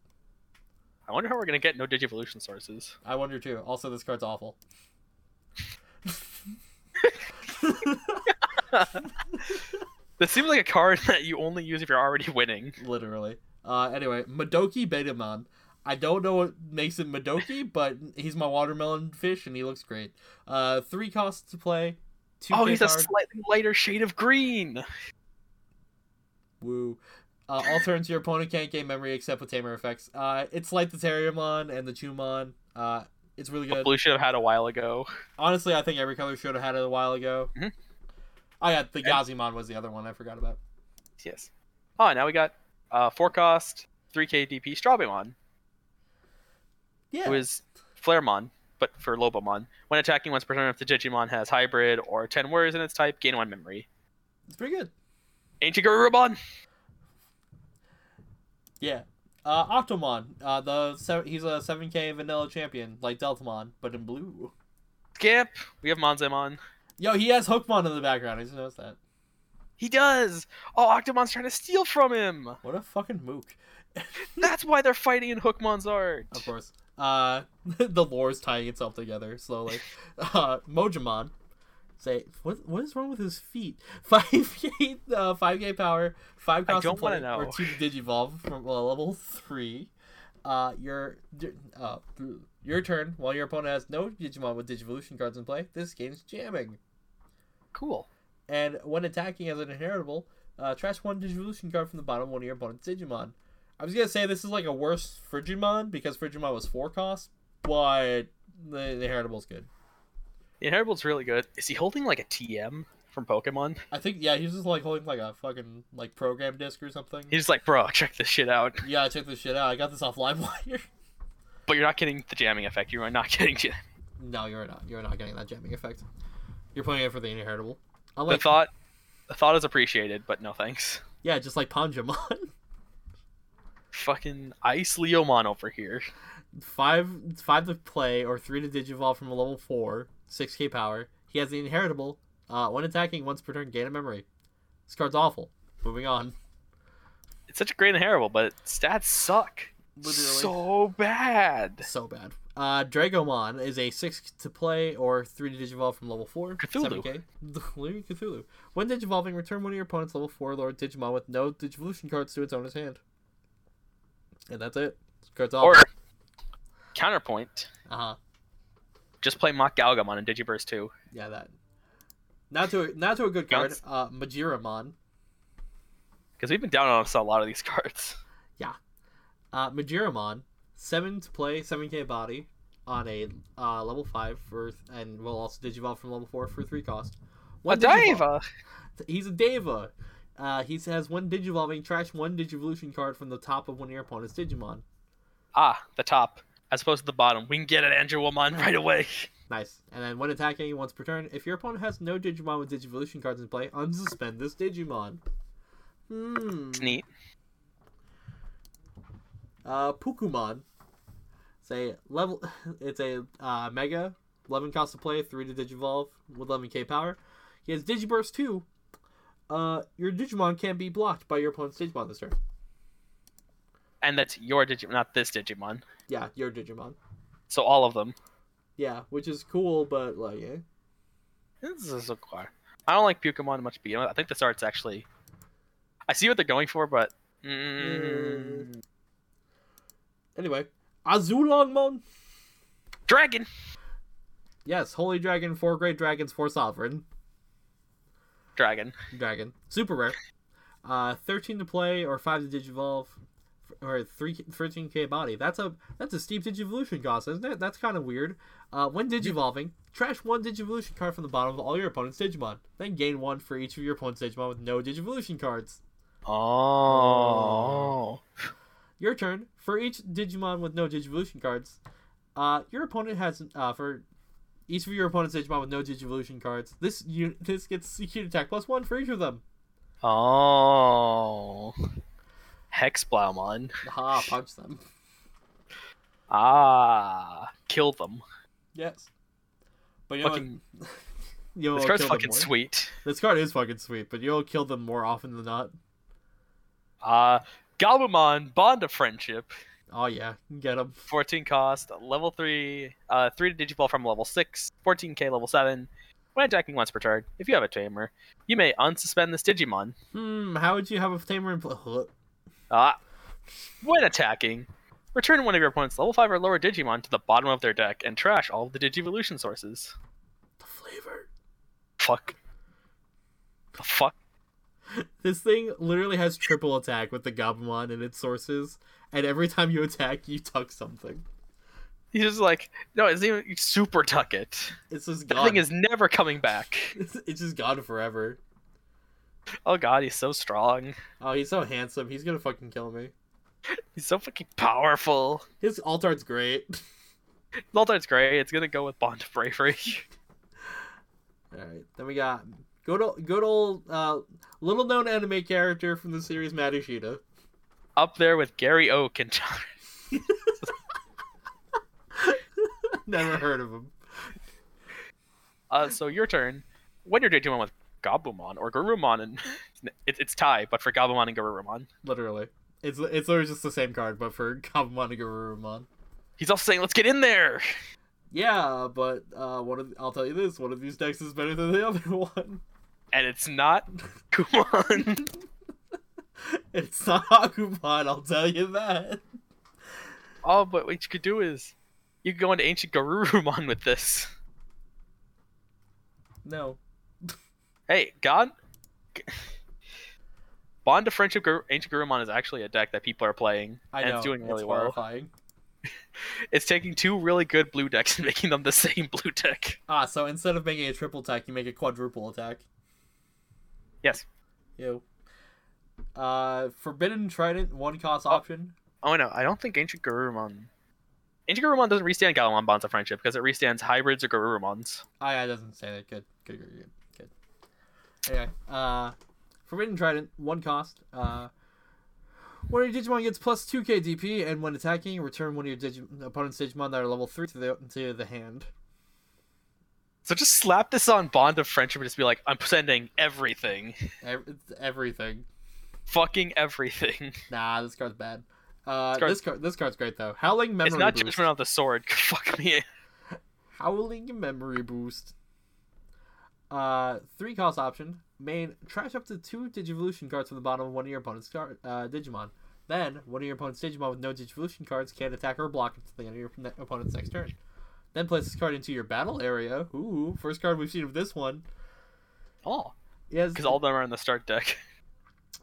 I wonder how we're gonna get no Digivolution sources. I wonder too. Also, this card's awful. This seems like a card [laughs] that you only use if you're already winning. Literally. Uh, anyway, Madoki Betamon. I don't know what makes him [laughs] Madoki, but he's my watermelon fish, and he looks great. Uh, three costs to play. Two oh, K he's a card. slightly lighter shade of green. Woo. Uh, all turns your opponent can't gain memory except with tamer effects. Uh, it's like the Terramon and the Chumon. Uh, it's really good. Blue should have had a while ago. Honestly, I think every color should have had it a while ago. Mhm. I got the Gazimon was the other one I forgot about. Yes. Oh, now we got uh, four cost, three K DP Strawbymon, Yeah. who is Flaremon, but for Lobomon. When attacking once per turn, if the Digimon has hybrid or ten words in its type, gain one memory. it's pretty good. Ancient Garurumon. Yeah. Uh, Octomon. Uh, the se- he's a 7K vanilla champion, like Deltamon, but in blue. Skip. We have Monzemon. Yo, he has Hookmon in the background. I just noticed that. He does. Oh, Octomon's trying to steal from [laughs] him. What a fucking mook. That's why they're fighting in Hookmon's art. Of course. Uh, [laughs] the lore's tying itself together slowly. [laughs] Uh, Mojimon. Say what? What is wrong with his feet? [laughs] Five K, uh, five K power, five I cost don't wanna to play, or know. two to digivolve from uh, level three. Uh, your uh, your turn. While your opponent has no Digimon with Digivolution cards in play, this game's jamming. Cool. And when attacking as an inheritable, uh, trash one Digivolution card from the bottom of one of your opponent's Digimon. I was gonna say this is like a worse Frigimon because Frigimon was four cost, but the, the inheritable's good. The Inheritable's really good. Is he holding like a TM from Pokemon? I think yeah, he was just like holding like a fucking like program disc or something. He's just like, bro, check this shit out. Yeah, I checked this shit out. I got this off LimeWire. [laughs] But you're not getting the jamming effect. You are not [laughs] getting jam- no, you're not. You're not getting that jamming effect. You're playing it for the inheritable. the Unlike thought. The thought is appreciated, but no thanks. [laughs] yeah, just like Panjamon. [laughs] Fucking Ice Leomon over here. five five to play or three to digivolve from a level four, six K power. He has the inheritable. Uh, when attacking, once per turn, gain a memory. This card's awful. [laughs] Moving on. It's such a great Inheritable, but stats suck. So bad. so bad. Uh, Dragomon is a six to play or three to digivolve from level four. Cthulhu. [laughs] 7K. Literally Cthulhu. When digivolving, return one of your opponent's level four Lord Digimon with no digivolution cards to its owner's hand. And that's it. This card's awful. Or counterpoint, uh huh. just play Mach Galgamon in Digiverse 2. Yeah, that. Not to a, not to a good card. Bounce. Uh, Majiramon. Because we've been down on us a lot of these [laughs] cards. Uh, Majiramon, seven to play, seven K body on a uh, level five for, and will also digivolve from level four for three cost. A digivolve. Daiva! He's a Deva. Uh, he has one digivolving, trash one digivolution card from the top of one of your opponent's Digimon. Ah, the top. As opposed to the bottom. We can get an Angelomon [laughs] right away. Nice. And then when attacking once per turn, if your opponent has no Digimon with digivolution cards in play, unsuspend this Digimon. Hmm. It's neat. [laughs] Uh, Pukumon. It's a level. It's a uh, mega 11 cost to play, 3 to Digivolve with 11k power. He has Digiburst 2. Uh, your Digimon can be blocked by your opponent's Digimon this turn. And that's your Digimon, not this Digimon. Yeah, your Digimon. So all of them. Yeah, which is cool, but like, eh. This is so cool. I don't like Pokemon much beyond. I think this art's actually. I see what they're going for, but. Mm, Anyway, Azulongmon. Dragon! Yes, Holy Dragon, four Great Dragons, four Sovereign Dragon. Dragon, super rare. Uh, thirteen to play or five to digivolve, or three 13k body. That's a that's a steep digivolution cost, isn't it? That's kind of weird. Uh, when digivolving, trash one digivolution card from the bottom of all your opponent's Digimon, then gain one for each of your opponent's Digimon with no digivolution cards. Oh. Your turn. For each Digimon with no Digivolution cards, uh, your opponent has uh, for each of your opponent's Digimon with no Digivolution cards. This you, this gets secure attack plus one for each of them. Oh. Hexblaumon. Ha! Punch them. Ah. Kill them. Yes. But you [laughs] Fucking- know, what- you know This what card's killed them fucking more? sweet. This card is fucking sweet, but you'll kill them more often than not. Uh, Galbumon, Bond of Friendship. Oh yeah, get them. 14 cost, level 3, uh, 3 to Digiball from level 6, 14k level 7. When attacking once per turn, if you have a tamer, you may unsuspend this Digimon. Hmm. How would you have a tamer in play? Ah. When attacking, return one of your opponent's level 5 or lower Digimon to the bottom of their deck and trash all of the Digivolution sources. The flavor. Fuck. The fuck? This thing literally has triple attack with the Gabumon and its sources, and every time you attack, you tuck something. He's just like, no, it's even you super tuck it. It's just That gone. thing is never coming back. [laughs] it's, it's just gone forever. Oh god, he's so strong. Oh, he's so handsome. He's gonna fucking kill me. He's so fucking powerful. His alt art's great. [laughs] Zoltar's great. It's gonna go with Bond of Bravery. [laughs] All right, then we got good old, good old, uh, little known anime character from the series Madoshita. up there with Gary Oak and John. [laughs] Never heard of him. Uh, so your turn. When you're doing one with Gabumon or Garurumon, and [laughs] it, it's tie, but for Gabumon and Garurumon, Literally, it's it's literally just the same card, but for [laughs] Kabumon and Garurumon. he's also saying, "Let's get in there." Yeah, but uh, one of I'll tell you this: one of these decks is better than the other [laughs] one. And it's not [laughs] Kumon. It's not Hakumon, I'll tell you that. oh, but what you could do is you could go into ancient Garurumon with this. No. Hey, God. Bond of Friendship Gar- Ancient Garurumon is actually a deck that people are playing, I and know. it's doing really well. horrifying. It's taking two really good blue decks and [laughs] making them the same blue deck. Ah, so instead of making a triple attack, you make a quadruple attack. Yes. Ew. Uh, Forbidden Trident, one cost option. Oh no, I don't think Ancient Garurumon. Ancient Garurumon doesn't restand Galumon Bonds of Friendship because it restands hybrids or Garurumons. Ah, yeah, it doesn't say that. Good, good, good, good. good. Anyway, uh, Forbidden Trident, one cost. Uh, one of your Digimon gets plus 2k DP, and when attacking, return one of your Digimon, opponent's Digimon that are level 3 to the, to the hand. So just slap this on Bond of Friendship and just be like, I'm sending everything, Ev- it's everything. fucking everything. [laughs] Nah, this card's bad. Uh, card's- this card, this card's great though. Howling memory it's not boost. Judgment of the Sword. [laughs] Fuck me. Howling memory boost. Uh, three cost option. Main trash up to two Digivolution cards from the bottom of one of your opponent's card, uh, Digimon. Then one of your opponent's Digimon with no Digivolution cards can attack or block until the end of your ne- opponent's next turn. Then place this card into your battle area. Ooh, first card we've seen of this one. Oh, Yes, because all of them are in the start deck. [laughs]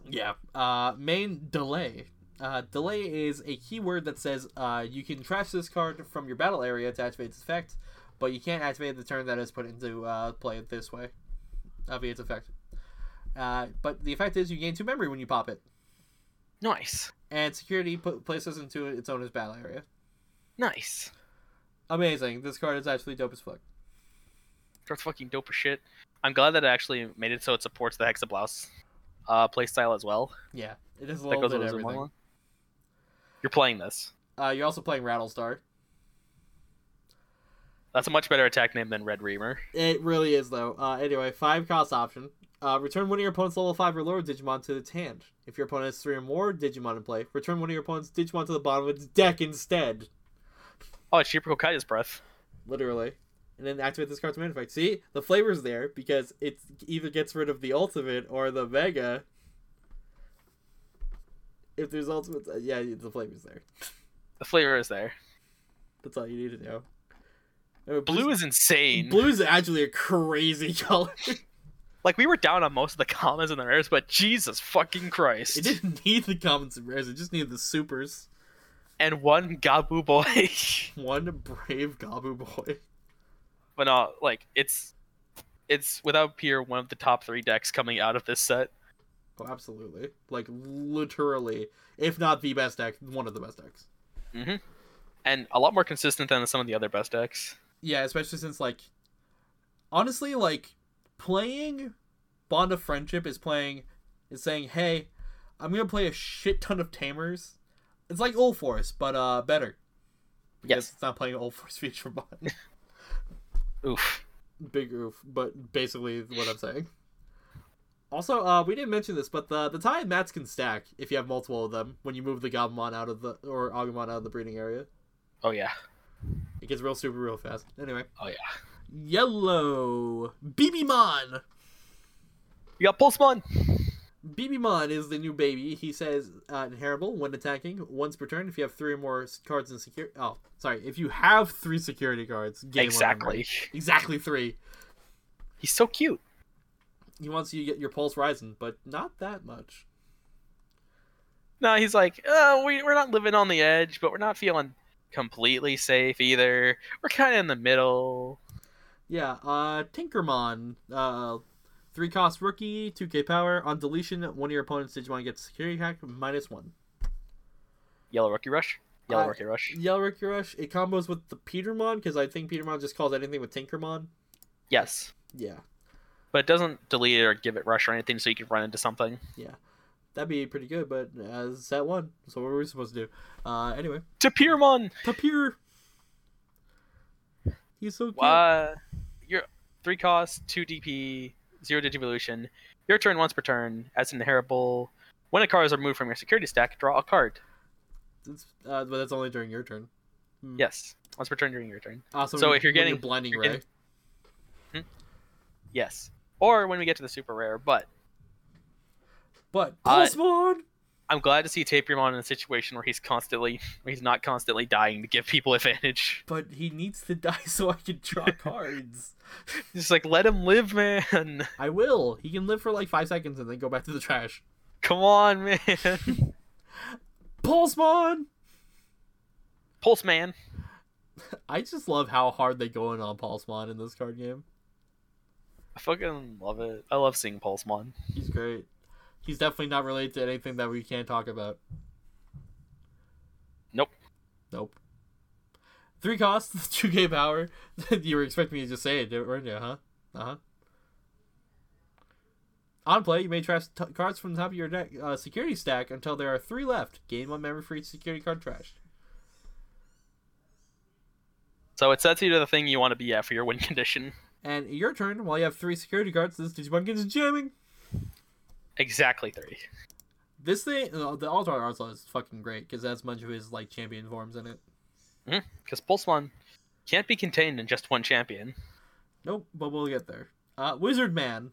Yeah. Uh, main delay. Uh, delay is a keyword that says uh, you can trash this card from your battle area to activate its effect, but you can't activate the turn that is put into uh, play it this way, uh, via its effect. Uh, but the effect is you gain two memory when you pop it, Nice, and security put, places into its owner's battle area. nice. Amazing. This card is actually dope as fuck. That's fucking dope as shit. I'm glad that it actually made it so it supports the Hexablouse uh, playstyle as well. Yeah, it is a That little goes bit with everything. Azumanga. You're playing this. Uh, you're also playing Rattlestar. That's a much better attack name than Red Reamer. It really is though. Uh, anyway, five cost option. Uh, return one of your opponent's level five or lower Digimon to its hand. If your opponent has three or more Digimon in play, return one of your opponent's Digimon to the bottom of its deck instead. Oh, it's Cheaper Hokaya's breath. Literally. And then activate this card's main effect. See, the flavor's there because it either gets rid of the ultimate or the mega. If there's ultimates, uh, yeah, the flavor's there. The flavor is there. That's all you need to know. Oh, Anyway, Blue [laughs] is insane. Blue's actually a crazy [laughs] color. Like we were down on most of the commons and the rares, but Jesus fucking Christ! it didn't need the commons and rares. It just needed the supers. And one Gabu boy. [laughs] One brave Gabu boy. [laughs] but no, like it's it's without peer one of the top three decks coming out of this set. Oh, absolutely. Like literally, if not the best deck, one of the best decks. and a lot more consistent than some of the other best decks. Yeah, especially since like, honestly, like playing Bond of Friendship is playing is saying, hey, I'm gonna play a shit ton of Tamers. It's like Old Force, but uh, better. Because Yes. It's not playing Old Force [laughs] feature bond. [laughs] Oof. big oof, but basically what I'm saying. Also, uh, we didn't mention this, but the the tie and mats can stack if you have multiple of them when you move the Gabumon out of the or Agumon out of the breeding area. Oh yeah. It gets real super real fast. Anyway, Oh yeah. yellow BBmon. You got Pulsemon. BBmon is the new baby. He says uh, inheritable when attacking once per turn. If you have three or more s- cards in security, oh sorry, if you have three security cards, game over. exactly. exactly three. He's so cute. He wants you to get your pulse rising, but not that much. No, he's like, oh, we we're not living on the edge, but we're not feeling completely safe either. We're kind of in the middle. Yeah, uh, Tinkermon, uh, three cost rookie, two K power. On deletion, one of your opponent's Digimon gets security hack minus one. Yellow Rookie Rush. Yellow Uh, Rookie Rush. Yell Rookie Rush. It combos with the Petermon because I think Petermon just calls anything with Tinkermon. Yes, Yeah, but it doesn't delete it or give it rush or anything, so you can run into something. that'd be pretty good. But as set one, so what were we supposed to do? Uh, anyway, Tapirmon. Tapir. He's so cute. Uh, [laughs] your three cost, two DP, zero digivolution. Your turn once per turn as an inheritable. When a card is removed from your security stack, draw a card. It's, uh, but that's only during your turn. Yes, once per turn during your turn. Also, So if you're when getting- blinding you're ray, getting- Yes, or when we get to the super rare. But but Uh, Pulsemon. I'm glad to see Tapirmon in a situation where he's constantly, [laughs] where he's not constantly dying to give people [laughs] advantage. but he needs to [laughs] die so I can draw cards. Just like let him live, man. [laughs] I will. He can live for like five seconds and then go back to the trash. Come on, man. [laughs] Pulsemon! Pulse man. I just love how hard they go in on Pulsemon in this card game. I fucking love it. I love seeing Pulsemon. He's great. He's definitely not related to anything that we can't talk about. Nope. Nope. Three costs, [laughs] 2k power. you were expecting me to just say it, weren't you, huh? Uh huh. On play, you may trash t- cards from the top of your deck uh, security stack until there are three left. Gain one memory for each security card trashed. So it sets you to the thing you want to be at for your win condition. And your turn, while you have three security cards, this Digimon gets jamming. Exactly three. This thing, uh, the Altar Arslan is fucking great because that's much of his like champion forms in it. Because Pulsemon can't be contained in just one champion. Nope, but we'll get there. Uh, Wizard Man,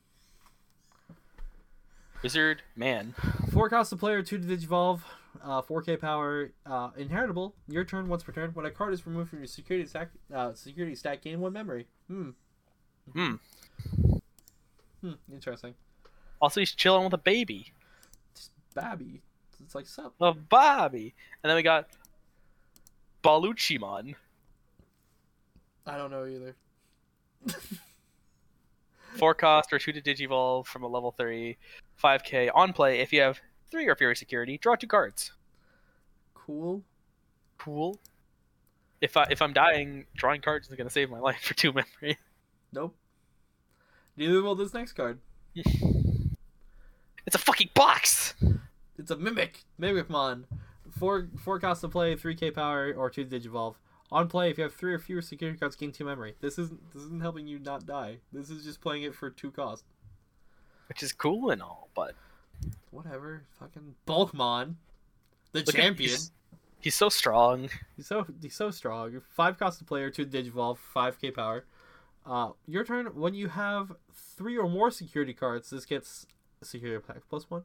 Wizard, man. four cost to player, two to digivolve, uh, 4K power, uh, inheritable. Your turn once per turn. When a card is removed from your security stack, uh, security stack, gain one memory. Hmm. Hmm. Hmm. Interesting. Also, he's chilling with a baby. Just Babby. It's like sup. A Bobby. And then we got Baluchimon. I don't know either. Four cost or two to Digivolve from a level three. 5k on play. If you have three or fewer security, draw two cards. Cool. Cool. If, I, if I'm dying, drawing cards is going to save my life [laughs] for two memory. Nope. Neither will this next card. It's a fucking box! It's a mimic. Mimicmon. Four four cost to play, three K power, or two digivolve. On play, if you have three or fewer security cards, gain two memory. This isn't this isn't helping you not die. This is just playing it for two cost. which is cool and all, but Whatever. Fucking Bulkmon, the look at- champion. he's, he's so strong. He's so he's so strong. Five cost a player, two digivolve, five K power. Uh, your turn. When you have three or more security cards, this gets security attack plus one.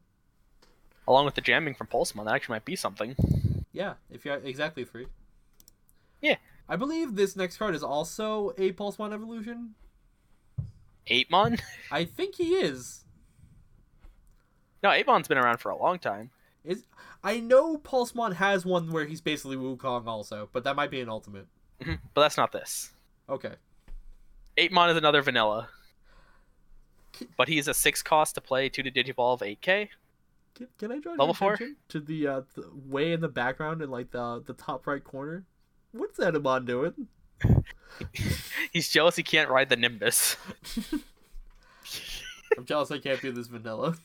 Along with the jamming from Pulsemon, that actually might be something. Yeah, if you have exactly three. Yeah. I believe this next card is also a Pulse One Evolution. Eightmon? I think he is. No, Eightmon's been around for a long time. Is I know Pulsemon has one where he's basically Wukong also, but that might be an ultimate. Mhm, but that's not this. Okay. Eightmon is another vanilla. But he's a six cost to play, two to digivolve, eight K. Can, can I draw your Level four? attention to the, uh, the way in the background in like the the top right corner? What's Edamon doing? He's jealous he can't ride the Nimbus. I'm jealous I can't be this vanilla.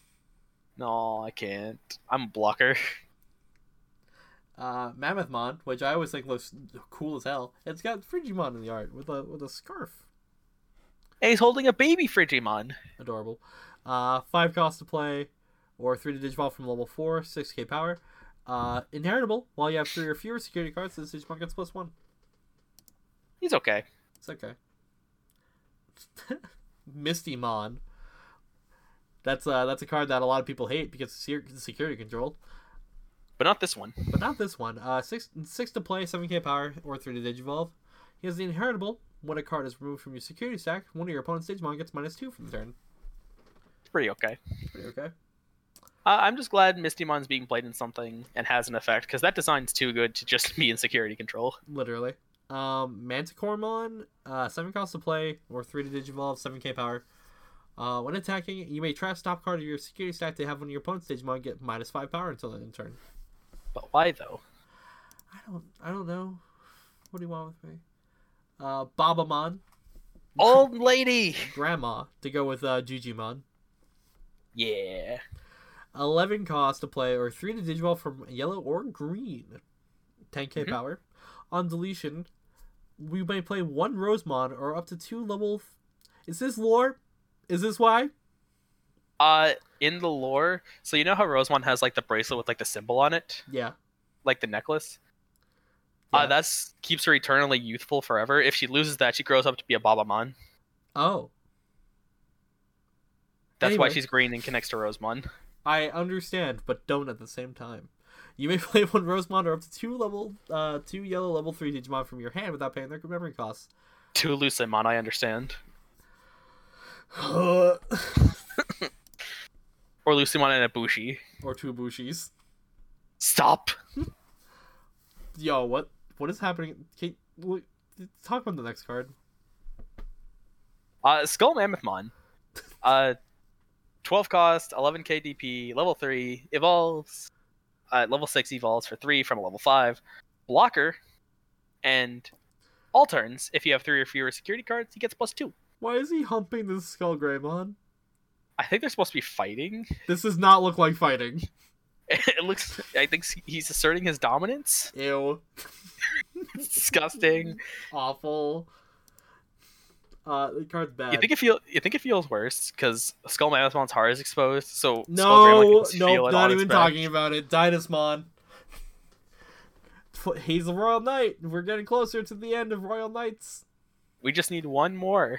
No, I can't. I'm a blocker. Uh, Mammothmon, which I always think looks cool as hell. It's got Frigimon in the art with a with a scarf. And he's holding a baby Frigimon. adorable. Uh, five cost to play, or three to Digimon from level four, six K power. Uh, inheritable. While you have three or fewer security cards, this Digimon gets plus one. He's okay. It's okay. [laughs] Misty Mon. That's uh, that's a card that a lot of people hate because it's se- security controlled, But not this one. but not this one. Uh, six six to play, seven K power, or three to Digivolve. He has the inheritable. When a card is removed from your security stack, one of your opponent's Digimon gets minus two for the turn. It's pretty okay. Pretty okay. Uh, I'm just glad Mistymon's being played in something and has an effect, because that design's too good to just [laughs] be in security control. Literally. Um, Manticoremon, uh, seven cost to play, or three to digivolve, seven K power. Uh, when attacking, you may try a stop card of your security stack to have one of your opponent's Digimon get minus five power until the end of turn. But why though? I don't, I don't know. What do you want with me? Uh, Babamon, Old lady! Grandma, to go with uh, Jujimon. Yeah. Eleven cost to play, or three to digivolve from yellow or green. Ten K Mhm. power. On deletion, we may play one Rosemon or up to two level. Is this lore? Is this why? Uh, in the lore, so you know how Rosemont has like the bracelet with like the symbol on it, Yeah. like the necklace. Yeah. Uh, that's keeps her eternally youthful forever. If she loses that, she grows up to be a Babamon. Oh, That's why Anyway. she's green and connects to Rosemon. I understand, but don't at the same time. You may [laughs] play one Rosemon or up to two level, uh, two yellow level three Digimon from your hand without paying their memory costs. [laughs] To Lucemon, I understand. [laughs] or Or Lucemon and Ibushi. two Bushis. Stop! Yo, what what is happening? Can, look, talk about the next card. Uh, Skull Mammothmon. Uh, 12 cost, 11 KDP, level 3, evolves. Uh, level 6 evolves for 3 from a level 5. Blocker. And all turns, if you have 3 or fewer security cards, he gets plus 2. Why is he humping this Skull Greymon? I think they're supposed to be fighting. [laughs] This does not look like fighting. it looks. I think he's asserting his dominance. [laughs] Ew. It's disgusting. Awful. Uh, the card's bad. You think it feel? You think it feels worse because Skull Mammothmon's heart is exposed, so Skull No, Greymon can feel no, it not on its even back. talking about it. Dynasmon. F- He's the Royal Knight. We're getting closer to the end of Royal Knights. We just need one more.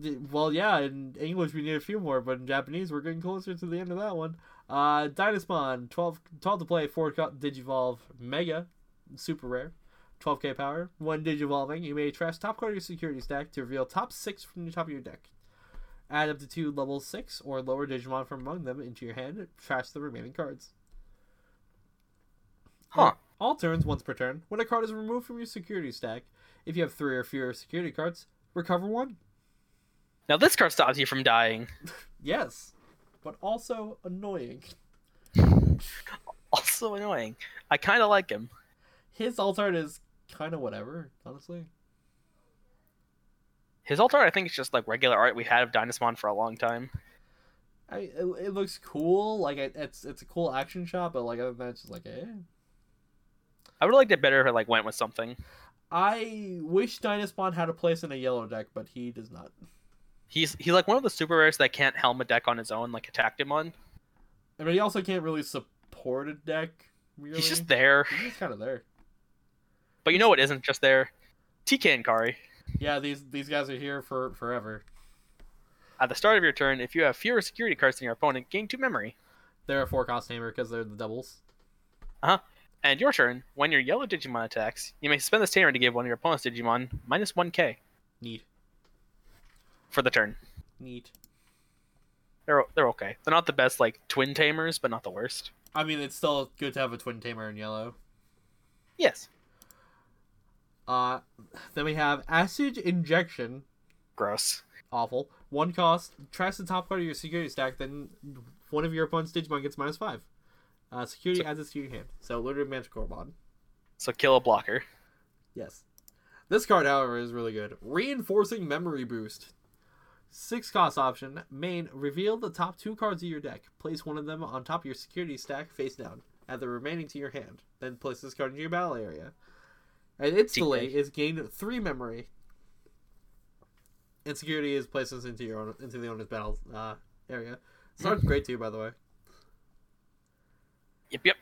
D- Well, yeah, in English we need a few more, but in Japanese we're getting closer to the end of that one. Uh, Dynasmon, 12, 12 to play, 4 co- Digivolve Mega, super rare, 12k power. When Digivolving, you may trash top card of your security stack to reveal top 6 from the top of your deck. Add up to 2 level 6 or lower Digimon from among them into your hand, trash the remaining cards. Huh. All turns, once per turn. When a card is removed from your security stack, if you have three or fewer security cards, recover one. Now this card stops you from dying. [laughs] Yes, but also annoying. Also annoying. I kind of like him. His alt art is kind of whatever, honestly. His altar, I think, is just like regular art we had of Dynasmon for a long time. I it, it looks cool, like it, it's it's a cool action shot, but like other than that, it's just like eh. I would have liked it better if it like went with something. I wish Dynaspawn had a place in a yellow deck, but he does not. He's he's like one of the super rares that can't helm a deck on his own, like attacked him on. I mean, he also can't really support a deck. Really. He's just there. He's just kind of there. But you know what isn't just there? TK and Kari. Yeah, these these guys are here for forever. At the start of your turn, if you have fewer security cards than your opponent, gain two memory. They're a four cost hammer because they're the doubles. And your turn, when your yellow Digimon attacks, you may spend this tamer to give one of your opponent's Digimon minus 1k Neat, for the turn. neat. They're they're okay. They're not the best like twin tamers, but not the worst. I mean, it's still good to have a twin tamer in yellow. Yes. Uh, then we have acid injection. Gross. Awful. One cost. Trash the top card of your security stack. Then one of your opponent's Digimon gets minus five. Uh, security adds it to your hand. So literally Manticore mod. So kill a blocker. Yes. This card, however, is really good. Reinforcing Memory Boost. Six cost option. Main, reveal the top two cards of your deck. Place one of them on top of your security stack face down. Add the remaining to your hand. Then place this card into your battle area. And its TK. delay is gained three memory. And security is placed into your own, into the owner's battle uh, area. This card's great too, by the way. Yep, yep.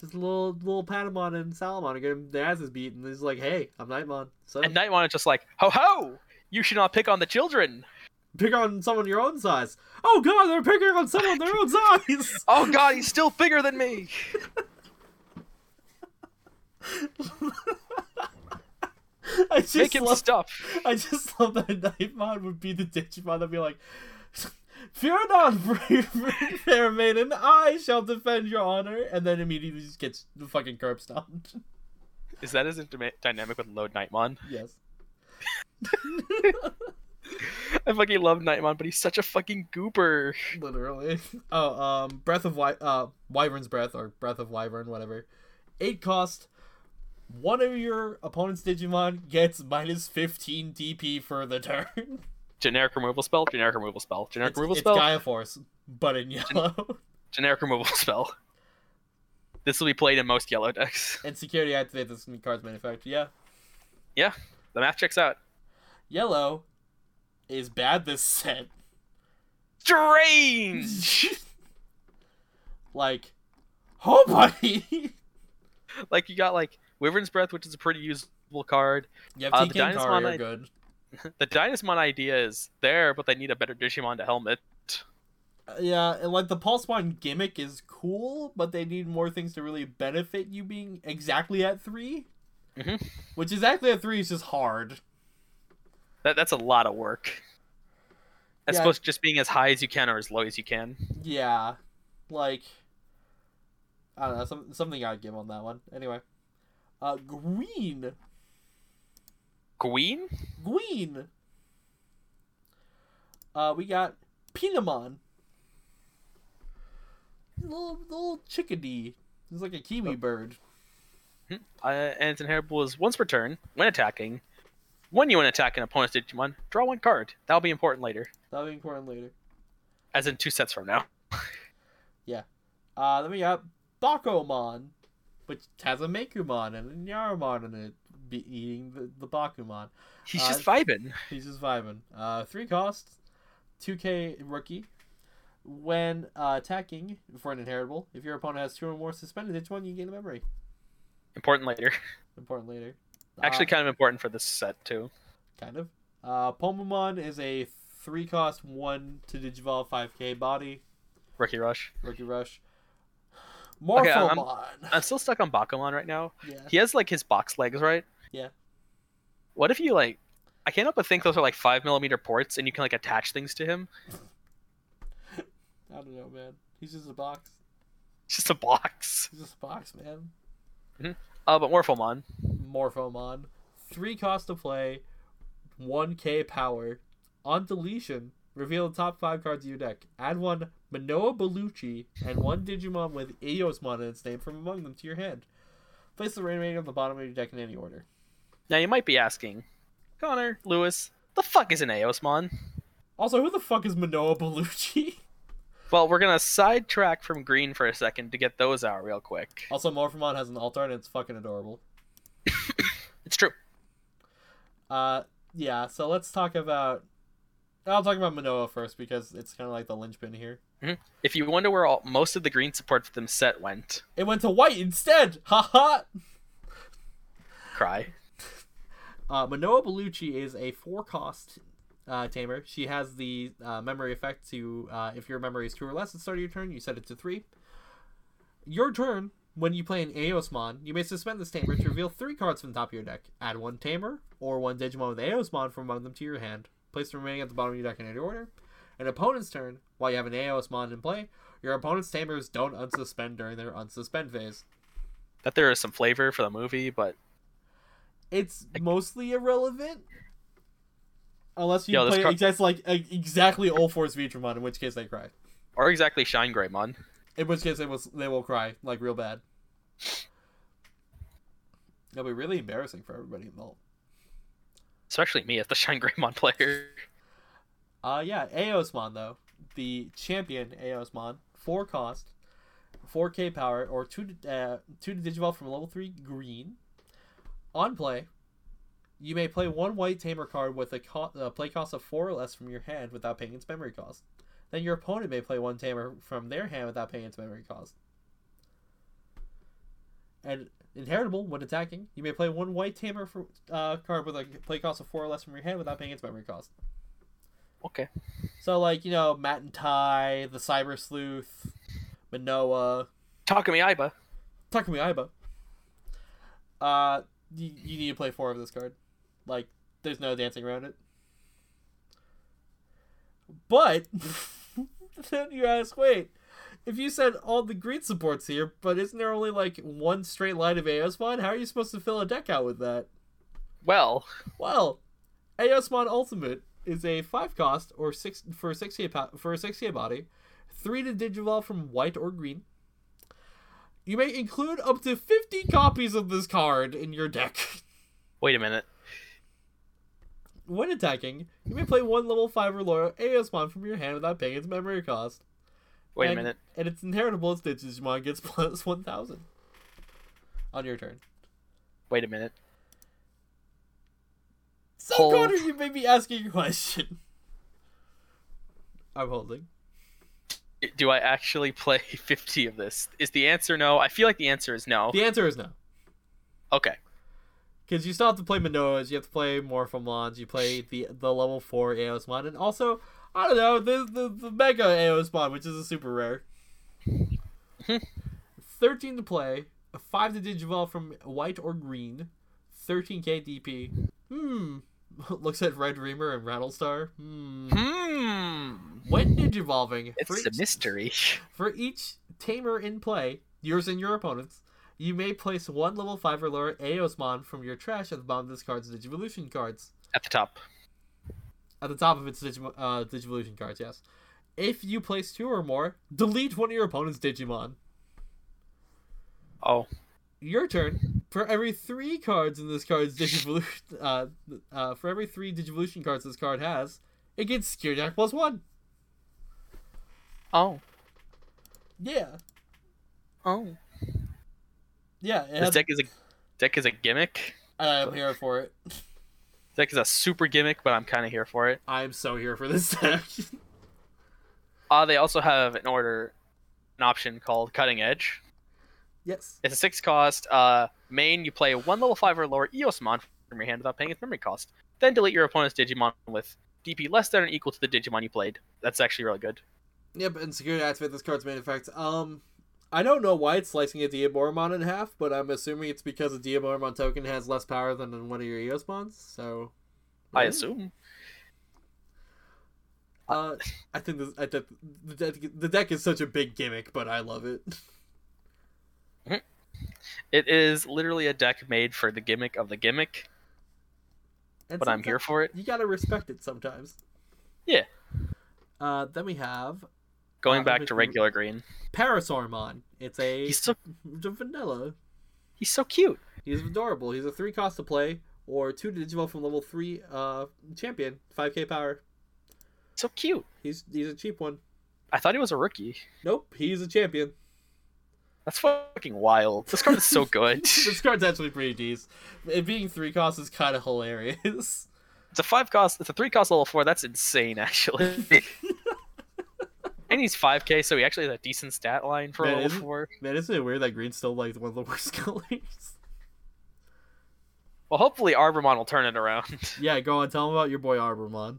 Just little little Patamon and Salamon are getting their asses beat, and he's like, "Hey, I'm Nightmon." So And Nightmon is just like, ho ho! You should not pick on the children. pick on someone your own size. Oh god, they're picking on someone their own size. Oh god, he's still bigger than [laughs] me. [laughs] I just Make him love, stuff. I just love that Nightmon would be the Digimon that'd be like, "Fear not, [laughs] brave fair maiden. I shall defend your honor," and then immediately just gets the fucking curb stomped. [laughs] Is that his dyma- dynamic with Load Nightmon? yes. I fucking love Nightmon, but he's such a fucking goober. Literally. Oh, um, breath of Wy- uh, wyvern's breath or breath of wyvern, whatever. Eight cost. One of your opponent's Digimon gets minus fifteen DP for the [laughs] turn. Generic removal spell, generic removal spell, generic It's, removal it's spell, Gaia Force, but in yellow. [laughs] generic removal [laughs] spell. This will be played in most yellow decks. and security activate this card's manufactured. Yeah, The math checks out. yellow is bad this set. Strange! [laughs] [laughs] like, [laughs] oh buddy, you like, you got, like, Wyvern's Breath, which is a pretty usable card. have Uh, the TK and Kari Dynasmon are I- good. The Dynasmon idea is there, but they need a better Digimon to helm it. Uh, Yeah, and like the pulse bond gimmick is cool, but they need more things to really benefit you being exactly at 3 Mm-hmm. Mhm. Which exactly at three is just hard. That, that's a lot of work. As Yeah. opposed to just being as high as you can or as low as you can. Yeah, like I don't know, some, something I'd give on that one. Anyway, uh, green, Queen? green. Uh, we got Pinamon, little little chickadee. He's like a kiwi bird. uh, and its inheritable is once per turn when attacking. When you want to attack an opponent's Digimon, draw one card. That'll be important later, That'll be important later. as in two sets from now. Uh, then we got Bakumon, which has a Mekumon and a Yaromon in it, be eating the, the Bakumon. He's Uh, just vibing. He's just vibing. Uh, three costs, 2k rookie. When uh, attacking for an inheritable, if your opponent has two or more suspended Digimon, you gain a memory. Important later. Important later. Actually, uh, kind of important for this set too. kind of. Uh, Pomamon is a three cost, one to Digivolve 5k body, Rookie Rush. rookie rush. Okay, I'm- I'm- Morphomon! I'm still stuck on Bakuman right now. [laughs] yeah. He has like his box legs, right? Yeah. What if you like? I can't help but think those are like five millimeter ports, and you can like attach things to him. [laughs] I don't know, man. He's just a box. It's just a box. He's just a box, man. Uh, but Morphomon. Morphomon. Three cost to play, 1k power. On deletion, reveal the top five cards of your deck. Add one Manoa Bellucci and one Digimon with Eosmon in its name from among them to your hand. Place the remainder on the bottom of your deck in any order. Now you might be asking, Connor, Lewis, the fuck is an Aosmon? Also, who the fuck is Manoa Bellucci? [laughs] Well, we're gonna sidetrack from green for a second to get those out real quick. Also, Morphemon has an altar and it's fucking adorable. It's true. Uh, yeah. So let's talk about. I'll talk about Manoa first because it's kind of like the linchpin here. If you wonder where all most of the green support for them set went, It went to white instead. Ha ha. cry. Uh, Manoa Bellucci is a four-cost uh, tamer. She has the uh, memory effect to uh, if your memory is two or less at the start of your turn, you set it to three. Your turn, when you play an Aeosmon, you may suspend this tamer to reveal three cards from the top of your deck. Add one tamer or one Digimon with Aeosmon from among them to your hand. Place the remaining at the bottom of your deck in any order. An opponent's turn, while you have an Aeosmon in play, your opponent's tamers don't unsuspend during their unsuspend phase. That there is some flavor for the movie, but it's mostly irrelevant unless you Yo, this play car- exactly like uh, exactly all fours Vitrumon, in which case they cry. or exactly Shine Greymon. In which case they will they will cry like real bad. It'll be really embarrassing for everybody involved. Especially me as the [laughs] Shine Greymon player. Uh yeah, Aeosmon though, the champion Aeosmon, four cost, four K power, or two to- uh, two to Digivolve from level three green. On play, you may play one white tamer card with a co- uh, play cost of four or less from your hand without paying its memory cost. Then your opponent may play one tamer from their hand without paying its memory cost. And inheritable when attacking, you may play one white tamer for, uh, card with a play cost of four or less from your hand without paying its memory cost. Okay. So like you know Matt and Ty, the Cyber Sleuth, Manoa, Takumi Aiba. Takumi Aiba. Uh, you, you need to play four of this card. Like there's no dancing around it. But [laughs] then you ask, wait, if you said all the green supports here, but isn't there only like one straight line of Aeosmon? How are you supposed to fill a deck out with that? Well, Well, Aeosmon Ultimate is a five cost or six for a six K po- for a six K body, three to digivolve from white or green. You may include up to fifty copies of this card in your deck. [laughs] wait a minute. When attacking, you may play one level five or lower Aeosmon from your hand without paying its memory cost. Wait a and, minute. And its inheritable as Digimon gets [laughs] plus one thousand. On your turn. Wait a minute. So Hold. Connor, you may be asking a question. I'm holding. Do I actually [laughs] play 50 of this? Is the answer no? I feel like the answer is no. The answer is no. Okay. Because you still have to play Manoas, you have to play Morphomons, you play the the level 4 Aeosmon, and also, I don't know, the, the, the Mega Aeosmon, which is a [laughs] super rare. 13 to play, 5 to Digivolve from white or green, 13k DP. Hmm. [laughs] Looks at Red Reamer and Rattlestar. Hmm. Hmm. When Digivolving, for It's a each- mystery. [laughs] for each tamer in play, yours and your opponent's, you may place one level 5 or lower Aeosmon from your trash at the bottom of this card's Digivolution cards. At the top. At the top of its Digimo- uh, Digivolution cards, yes. If you place two or more, delete one of your opponent's Digimon. Oh. Your turn. For every three cards in this card's Digivolution, [laughs] uh, uh, for every three Digivolution cards this card has, it gets Secure Deck plus one. Oh. Yeah, Oh. yeah. It This has, deck is a deck is a gimmick. I'm here for it. This deck is a super gimmick, but I'm kind of here for it. I'm so here for this [laughs] deck. Uh, they also have an order, an option called Cutting Edge. yes. It's a six cost. Uh, main, you play one level five or lower Eosmon from your hand without paying its memory cost. Then delete your opponent's Digimon with DP less than or equal to the Digimon you played. That's actually really good. Yep, and security activate this card's main effect. Um, I don't know why it's slicing a Diaboromon in half, but I'm assuming it's because a Diaboromon token has less power than in one of your E Eosmons, so. I Yeah. assume. Uh, I think this, I think the, deck, the deck is such a big gimmick, but I love it. [laughs] It is literally a deck made for the gimmick of the gimmick, And but I'm here for it. You gotta respect it sometimes. Yeah. Uh, then we have Going Uh, back but to you- regular green. Parasormon. It's a He's so the vanilla. he's so cute. He's adorable. He's a three cost to play or two to Digimon from level three. Uh, champion, five K power. So cute. He's he's a cheap one. I thought he was a rookie. Nope, he's a champion. That's fucking wild. This card is so good. [laughs] [laughs] this card's actually pretty decent. It being three costs is kind of hilarious. [laughs] It's a five cost. It's a three cost level four. That's insane, actually. and he's five k, so he actually has a decent stat line for That a level is- four. Man, isn't it weird that green's still like one of the worst [laughs] colors? Well, hopefully Arbormon will turn it around. [laughs] yeah, go on. Tell him about your boy Arbormon.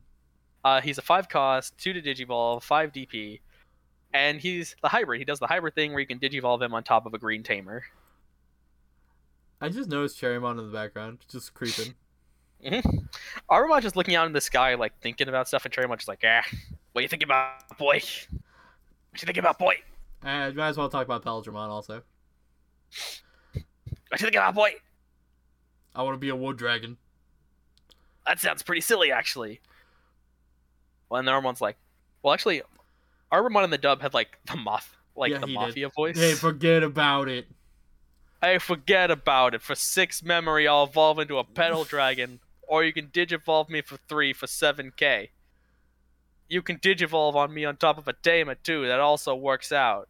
Uh, he's a five cost, two to digivolve, five DP, and he's the hybrid. He does the hybrid thing where you can digivolve him on top of a green tamer. I just noticed Cherrymon in the background, just [laughs] creeping. Arbormon's Mm-hmm. just looking out in the sky, like thinking about stuff, and Cherrymon's just like, "Ah, what do you think about, boy? What you think about, boy? I might as well talk about Peladramon also. What you think about, boy? I want to be a wood dragon. That sounds pretty silly, actually." Well, and then Arbormon's like, "Well, actually, Arbormon and the dub had like the moth, like Yeah, the he did. mafia voice. Hey, forget about [laughs] it. I forget about it. For six memory, I'll evolve into a [laughs] pedal dragon, or you can digivolve me for three for seven k. You can digivolve on me on top of a Dama too. That also works out.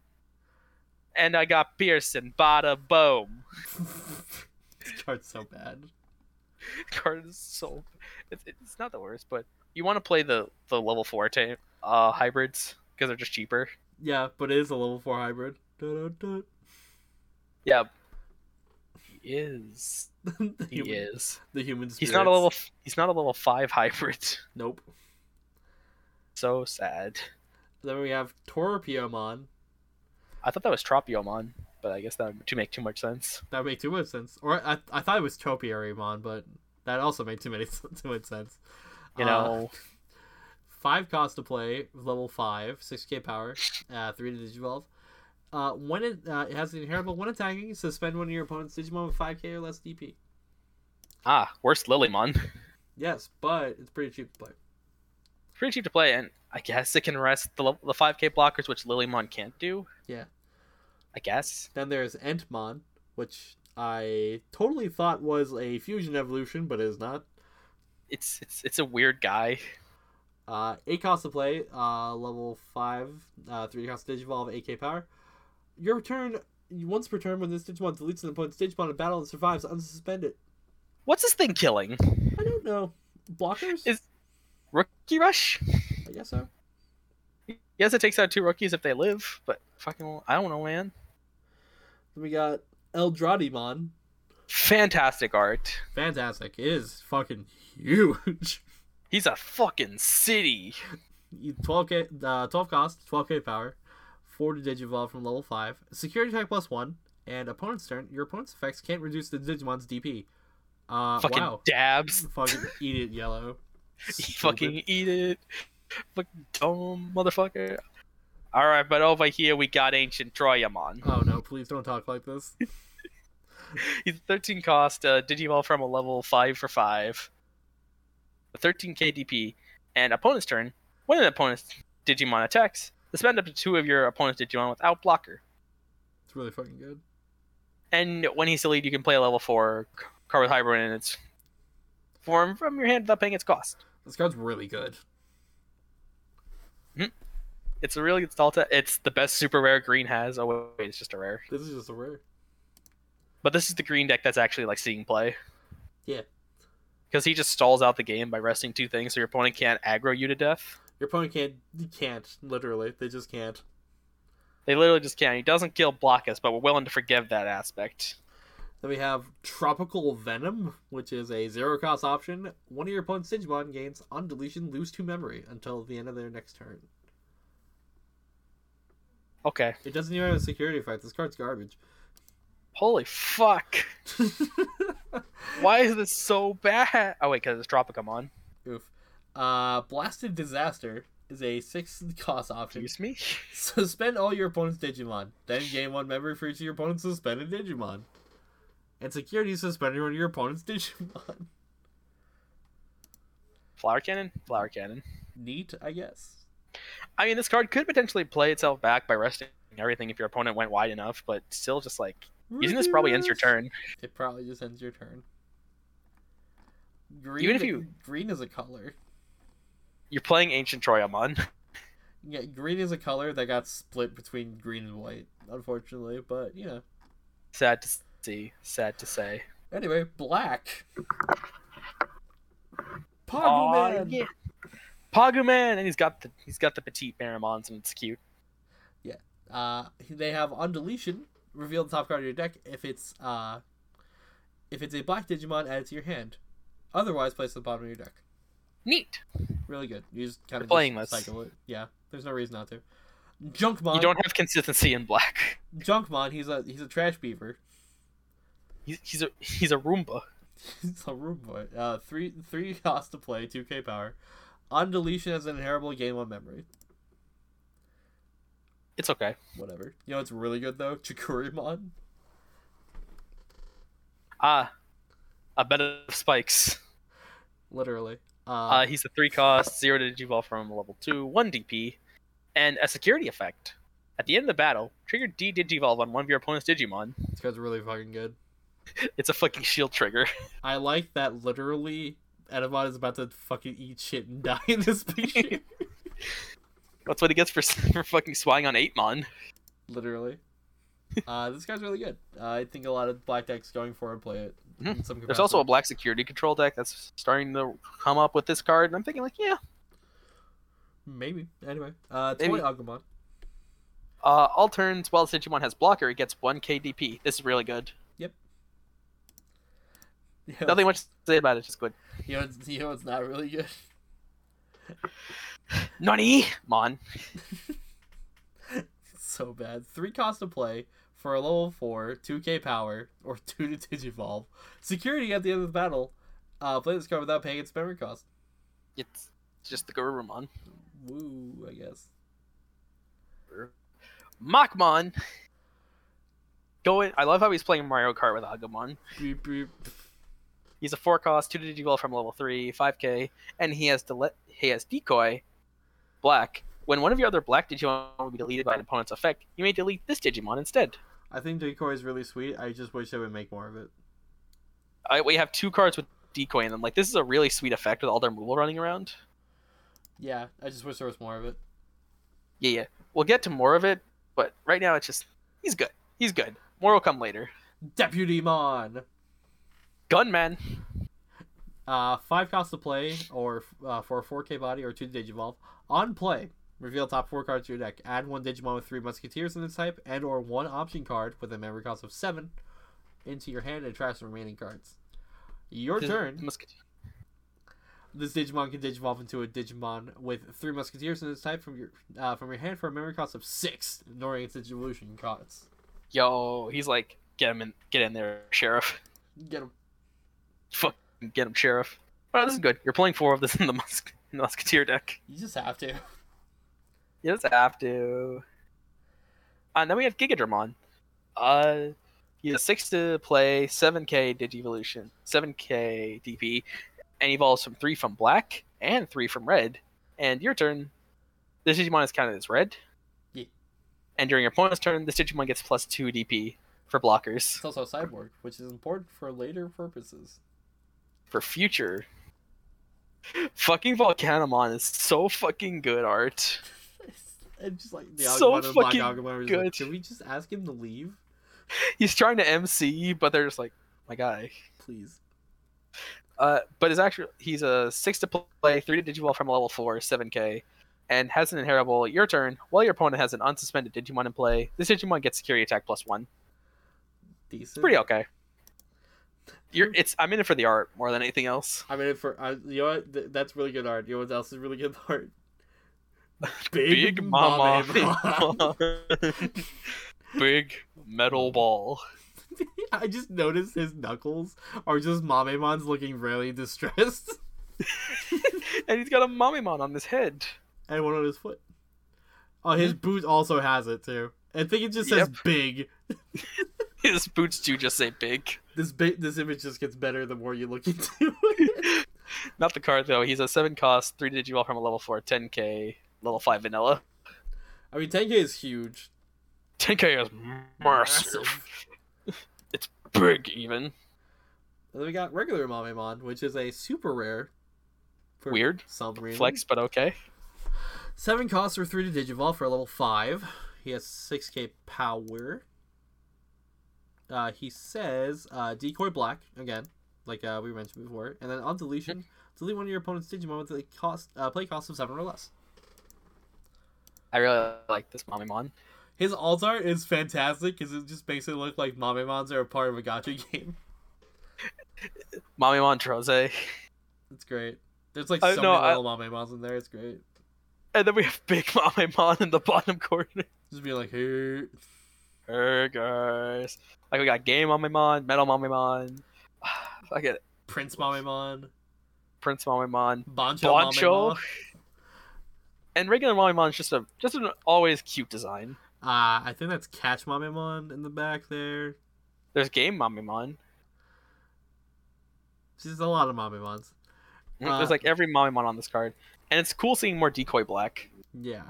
And I got Pearson. Bada boom. this card's so bad. [laughs] Card is so. It's, it's not the worst, but you want to play the the level four ta- uh, hybrids because they're just cheaper. Yeah, but it is a level four hybrid. Dun-dun-dun. Yeah. He is. [laughs] the, He human, is. the human spirits. He's not a level. f- He's not a level five hybrid. [laughs] Nope. So sad. Then we have Torapiomon. I thought that was Tropiomon, but I guess that would to make too much sense. That made too much sense. Or I, I thought it was Topiarymon, but that also made too many [laughs] too much sense. You Uh, know, five cost to play, level five, six K power, uh, three to digivolve. Uh, when it, uh, it has the inheritable when attacking, suspend one of your opponent's Digimon with five K or less DP. ah, worst Lilymon. [laughs] Yes, but it's pretty cheap to play. It's pretty cheap to play, and I guess it can rest the level, the 5k blockers, which Lilymon can't do. Yeah. I guess. Then there's Entmon, which I totally thought was a fusion evolution, but it is not. It's it's it's a weird guy. Uh, eight cost to play, uh, level five, uh, three cost to digivolve, eight K power. Your return once per turn when this Digimon deletes an opponent's Digimon in battle and survives unsuspended. What's this thing killing? I don't know. Blockers? Is- Rookie Rush? I guess so. Yes, it takes out two rookies if they live, but fucking, I don't know, man. Then we got Eldradimon. Fantastic art. Fantastic. It is fucking huge. [laughs] He's a fucking city. You- 12k, uh, 12 cost, 12k power, 4 to Digivolve from level 5, security attack plus 1, and opponent's turn, your opponent's effects can't reduce the Digimon's DP. Uh, fucking wow. [laughs] dabs. Fucking eat it, [laughs] yellow. Stupid. fucking eat it. Fucking dumb motherfucker. Alright, but over here we got ancient [laughs] Troyamon. Oh no, please don't talk like this. He's 13 cost, uh, Digivolve from a level 5 for 5. 13 KDP, and opponent's turn. When an opponent's Digimon attacks, suspend up to two of your opponent's Digimon without blocker. It's really fucking good. And when he's delayed, you can play a level 4 c- card with Hybrid in its form from your hand without paying its cost. This card's really good. It's a really good Stalta. It's the best super rare green has. Oh, wait, wait, it's just a rare. This is just a rare. But this is the green deck that's actually like seeing play. Yeah. Because he just stalls out the game by resting two things, so your opponent can't aggro you to death. Your opponent can't, you can't, literally. They just can't. They literally just can't. He doesn't kill block us, but we're willing to forgive that aspect. Then we have Tropical Venom, which is a zero cost option. One of your opponent's Digimon gains on deletion lose two memory until the end of their next turn. Okay. It doesn't even have a security effect. This card's garbage. [laughs] Holy fuck. Why is this so bad? Oh wait, because it's Tropicamon. Oof. Uh, Blasted Disaster is a six cost option. Excuse me. Suspend all your opponent's Digimon. Then gain one memory for each of your opponent's suspended Digimon. And security suspend one of your opponent's Digimon. [laughs] Flower cannon. Flower cannon. Neat, I guess. I mean, this card could potentially play itself back by resting everything if your opponent went wide enough, but still, just like using this probably ends your turn. It probably just ends your turn. Green, Even if you- green is a color. You're playing Ancient Troyamon. Yeah, green is a color that got split between green and white, unfortunately. But you know. [laughs] Sad to see. Sad to say. Anyway, black. Pagu Aw, Man. Oh, yeah. Pagu Man, and he's got the he's got the petite Baramons, and it's cute. Uh, they have on deletion reveal the top card of your deck if it's uh, if it's a black Digimon, add it to your hand. Otherwise, place it at the bottom of your deck. Neat. Really good. You just kind You're of playing just this. cycle it. Yeah, there's no reason not to. Junkmon. You don't have consistency in black. Junkmon. He's a he's a trash beaver. [laughs] He's, he's a he's a Roomba. It's a room boy. Uh, three three cost to play, two K power. On deletion as an inheritable game on memory. It's okay. Whatever. You know what's really good though? [laughs] Chikurimon. Ah, a bed of spikes. Literally. Uh, Uh, he's a three cost, zero to digivolve from level two, one DP, and a security effect. At the end of the battle, trigger D digivolve on one of your opponent's Digimon. [laughs] this card's really fucking good. It's a fucking shield trigger. [laughs] I like that literally Edamon is about to fucking eat shit and [laughs] die in this picture. [laughs] That's what he gets for [laughs] for fucking swinging on eight mon. literally. Uh, this guy's really good. Uh, I think a lot of black decks going forward play it. in Mhm. some There's also a capacity. black security control deck that's starting to come up with this card, and I'm thinking like, yeah. maybe anyway. Uh, Maybe. Toy Agumon. [laughs] Uh, all turns while the Digimon has blocker, it gets one KDP. This is really good. You know, Nothing much to say about it, just good. You know, it's, you know, it's not really good. [laughs] Nani mon. so bad. Three cost to play for a level four, two K power, or [laughs] two to digivolve. Security at the end of the battle. Uh, play this card without paying its memory cost. It's just the Garurumon. Woo, I guess. Machmon. Going, I love how he's playing Mario Kart with Agumon. Beep, beep. He's a four cost, two to digivolve from level three, five K, and he has dele- he has decoy, black. When one of your other black Digimon will be deleted by an opponent's effect, you may delete this Digimon instead. I think decoy is really sweet. I just wish they would make more of it. I, we have two cards with decoy in them. Like this is a really sweet effect with all their removal running around. Yeah, I just wish there was more of it. Yeah, yeah. We'll get to more of it, but right now it's just he's good. He's good. More will come later. Deputy Mon. Gunman. Uh, five cost to play, or uh, for a 4K body, or two to digivolve. On play, reveal top four cards to your deck. Add one Digimon with three Musketeers in its type, and or one option card with a memory cost of seven into your hand and trash the remaining cards. Your turn. Musket- This Digimon can digivolve into a Digimon with three Musketeers in its type from your uh, from your hand for a memory cost of six, ignoring its evolution costs. Yo, he's like, get him in, get in there, sheriff. Get 'em. Fuck, get him, sheriff. Wow, this is good. You're playing four of this in the, [laughs] musk- in the musketeer deck. You just have to. You just have to. And then we have Gigadramon. Uh, he's a six to play, seven K Digivolution, seven K DP, and evolves from three from black and three from red. And your turn, this Digimon is counted as red. Yeah. And during your opponent's turn, this Digimon gets plus two DP for blockers It's also a cyborg, which is important for later purposes. for future. Fucking Volcanomon is so fucking good art. [laughs] [laughs] And just like the So Agumon and Black fucking Agumon are just like, good. can we just ask him to leave, he's trying to MC, but they're just like, my guy. please? Uh, but his actual he's a six to play, three to Digivolve from level four, seven K, and has an inheritable. Your turn. While your opponent has an unsuspended Digimon in play, this Digimon gets security attack plus one. Decent. It's pretty okay. You're it's I'm in it for the art more than anything else. I mean, for I, you know what, Th- that's really good art. You know what else is really good [laughs] [laughs] art? [laughs] Mama. Big metal ball. [laughs] I just noticed his knuckles are just Mamemon's looking really [laughs] distressed, [laughs] And he's got a Mamimon on his head. and one on his foot. Oh, Mm-hmm. his boot also has it too. I think it just says big. [laughs] His boots do just say [laughs] big. This big, this image just gets better the more you look into it. Not the card though. He's a seven cost, three digivolve from a level four, 10k, level five vanilla. [laughs] I mean, 10k is huge. 10k is massive. It's big even. And then we got regular Mamemon, which is a super rare. For Weird. Some reason. Flex, but okay. Seven costs for three to Digivolve for a level five. He has six K power. Uh, he says uh, decoy black again, like uh, we mentioned before, and then on deletion, delete one of your opponent's Digimon with a cost uh, play cost of seven or less. I really like this Mamimon. His alt art is fantastic because it just makes it look like Mamemons are a part of a gacha [laughs] game. Mamimon [laughs] Troze. It's great. There's like so I- no, many I- little Mamemons in there. It's great. And then we have Big [laughs] Mamimon in the bottom corner. [laughs] Just be like, hey. Hey guys. Like we got Game Mamimon, Metal [sighs] Mamimon, I get Prince Mamemon, Prince Mamimon, Boncho, Boncho. Mamemon. And regular Mamimon is just a just an always cute design. Uh, I think that's Catch Mamemon in the back there. There's Game Mamimon. She's a lot of Mamemons. Uh, There's like every Mamimon on this card. And it's cool seeing more decoy black. Yeah.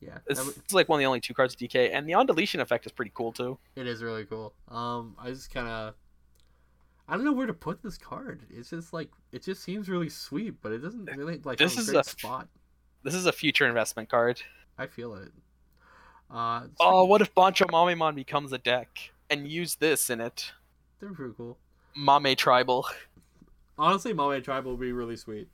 Yeah. It's, that w- it's like one of the only two cards with DK, and the on deletion effect is pretty cool too. It is really cool. Um, I just kind of, I don't know where to put this card. It's just like it just seems really sweet, but it doesn't really like This have a is great a- spot. This is a future investment card. I feel it. Uh, it's Oh, what if Boncho Mamimon becomes a deck and use this in it? they're pretty cool. Mame Tribal. Honestly, Mame Tribe will be really sweet.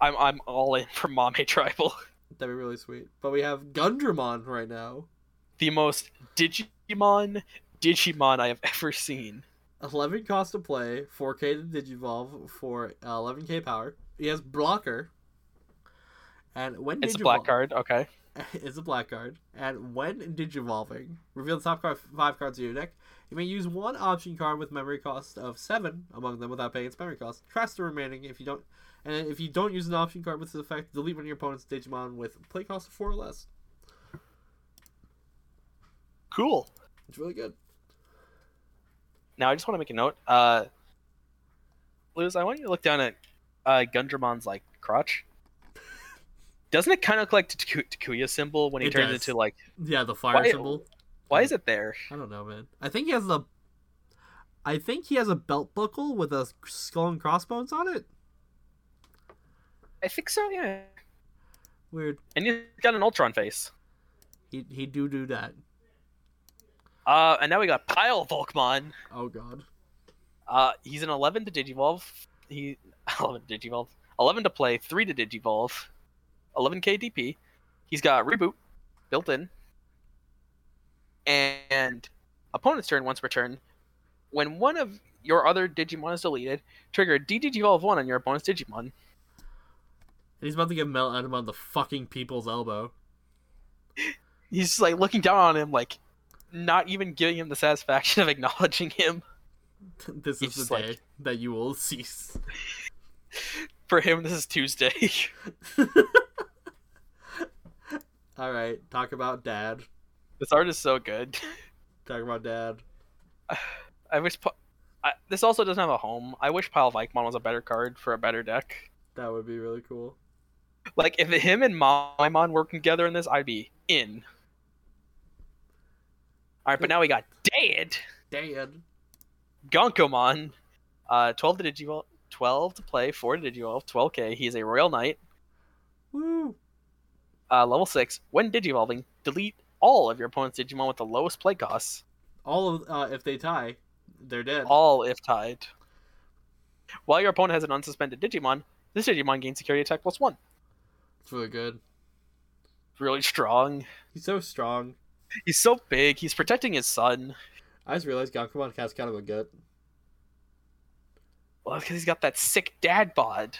I'm I'm all in for Mame Tribal. [laughs] That'd be really sweet. But we have Gundramon right now. The most Digimon Digimon I have ever seen. 11 cost to play, 4k to digivolve for uh, 11k power. He has blocker. And when It's a black [laughs] Digivol- card, okay. is a black card, and when digivolving, reveal the top card, five cards of your deck. You may use one option card with memory cost of seven among them without paying its memory cost. Trash the remaining if you don't, and if you don't use an option card with this effect, delete one of your opponent's Digimon with play cost of four or less. Cool. It's really good. Now I just want to make a note. Uh Luz, I want you to look down at uh Gundramon's like crotch. Doesn't it kind of look like the Taku- Takuya symbol when he It turns does. into like Yeah, the fire Why- symbol. why is it there? I don't know, man. I think he has the. I think he has a belt buckle with a skull and crossbones on it. I think so, yeah. Weird. And he's got an Ultron face. He he do do that. Uh and now we got Pile Volkmon. Oh god. Uh, he's an 11 to Digivolve. He [laughs] 11 to Digivolve. 11 to play, 3 to Digivolve. 11 KDP. He's got reboot built in. And opponent's turn once per turn. When one of your other Digimon is deleted, trigger DDigivolve 1 on your opponent's Digimon. And he's about to get Mel Adam on the fucking people's elbow. [laughs] He's just, like looking down on him like not even giving him the satisfaction of [laughs] acknowledging him this He's is just the like- day that you will [laughs] cease. for him this is tuesday [laughs] All right, talk about dad. this art is so good Talk about dad. I wish. Pa- I, this also doesn't have a home. I wish Pile Vikemon was a better card for a better deck. That would be really cool. Like if him and Maimon working together in this, I'd be in. All right, but now we got Dead Dad. Gonkomon, uh, twelve to Digivol, twelve to play, four to Digivolve, twelve K. He is a Royal Knight, Woo. uh, level six. When Digivolving, delete all of your opponent's Digimon with the lowest play costs, All of uh, if they tie, they're dead. all if tied. While your opponent has an unsuspended Digimon, this Digimon gains security attack plus one. It's really good. Really [laughs] strong. He's so strong. He's so big. He's protecting his son. I just realized Gankumon has kind of a gut. Well, because he's got that sick dad [laughs] bod.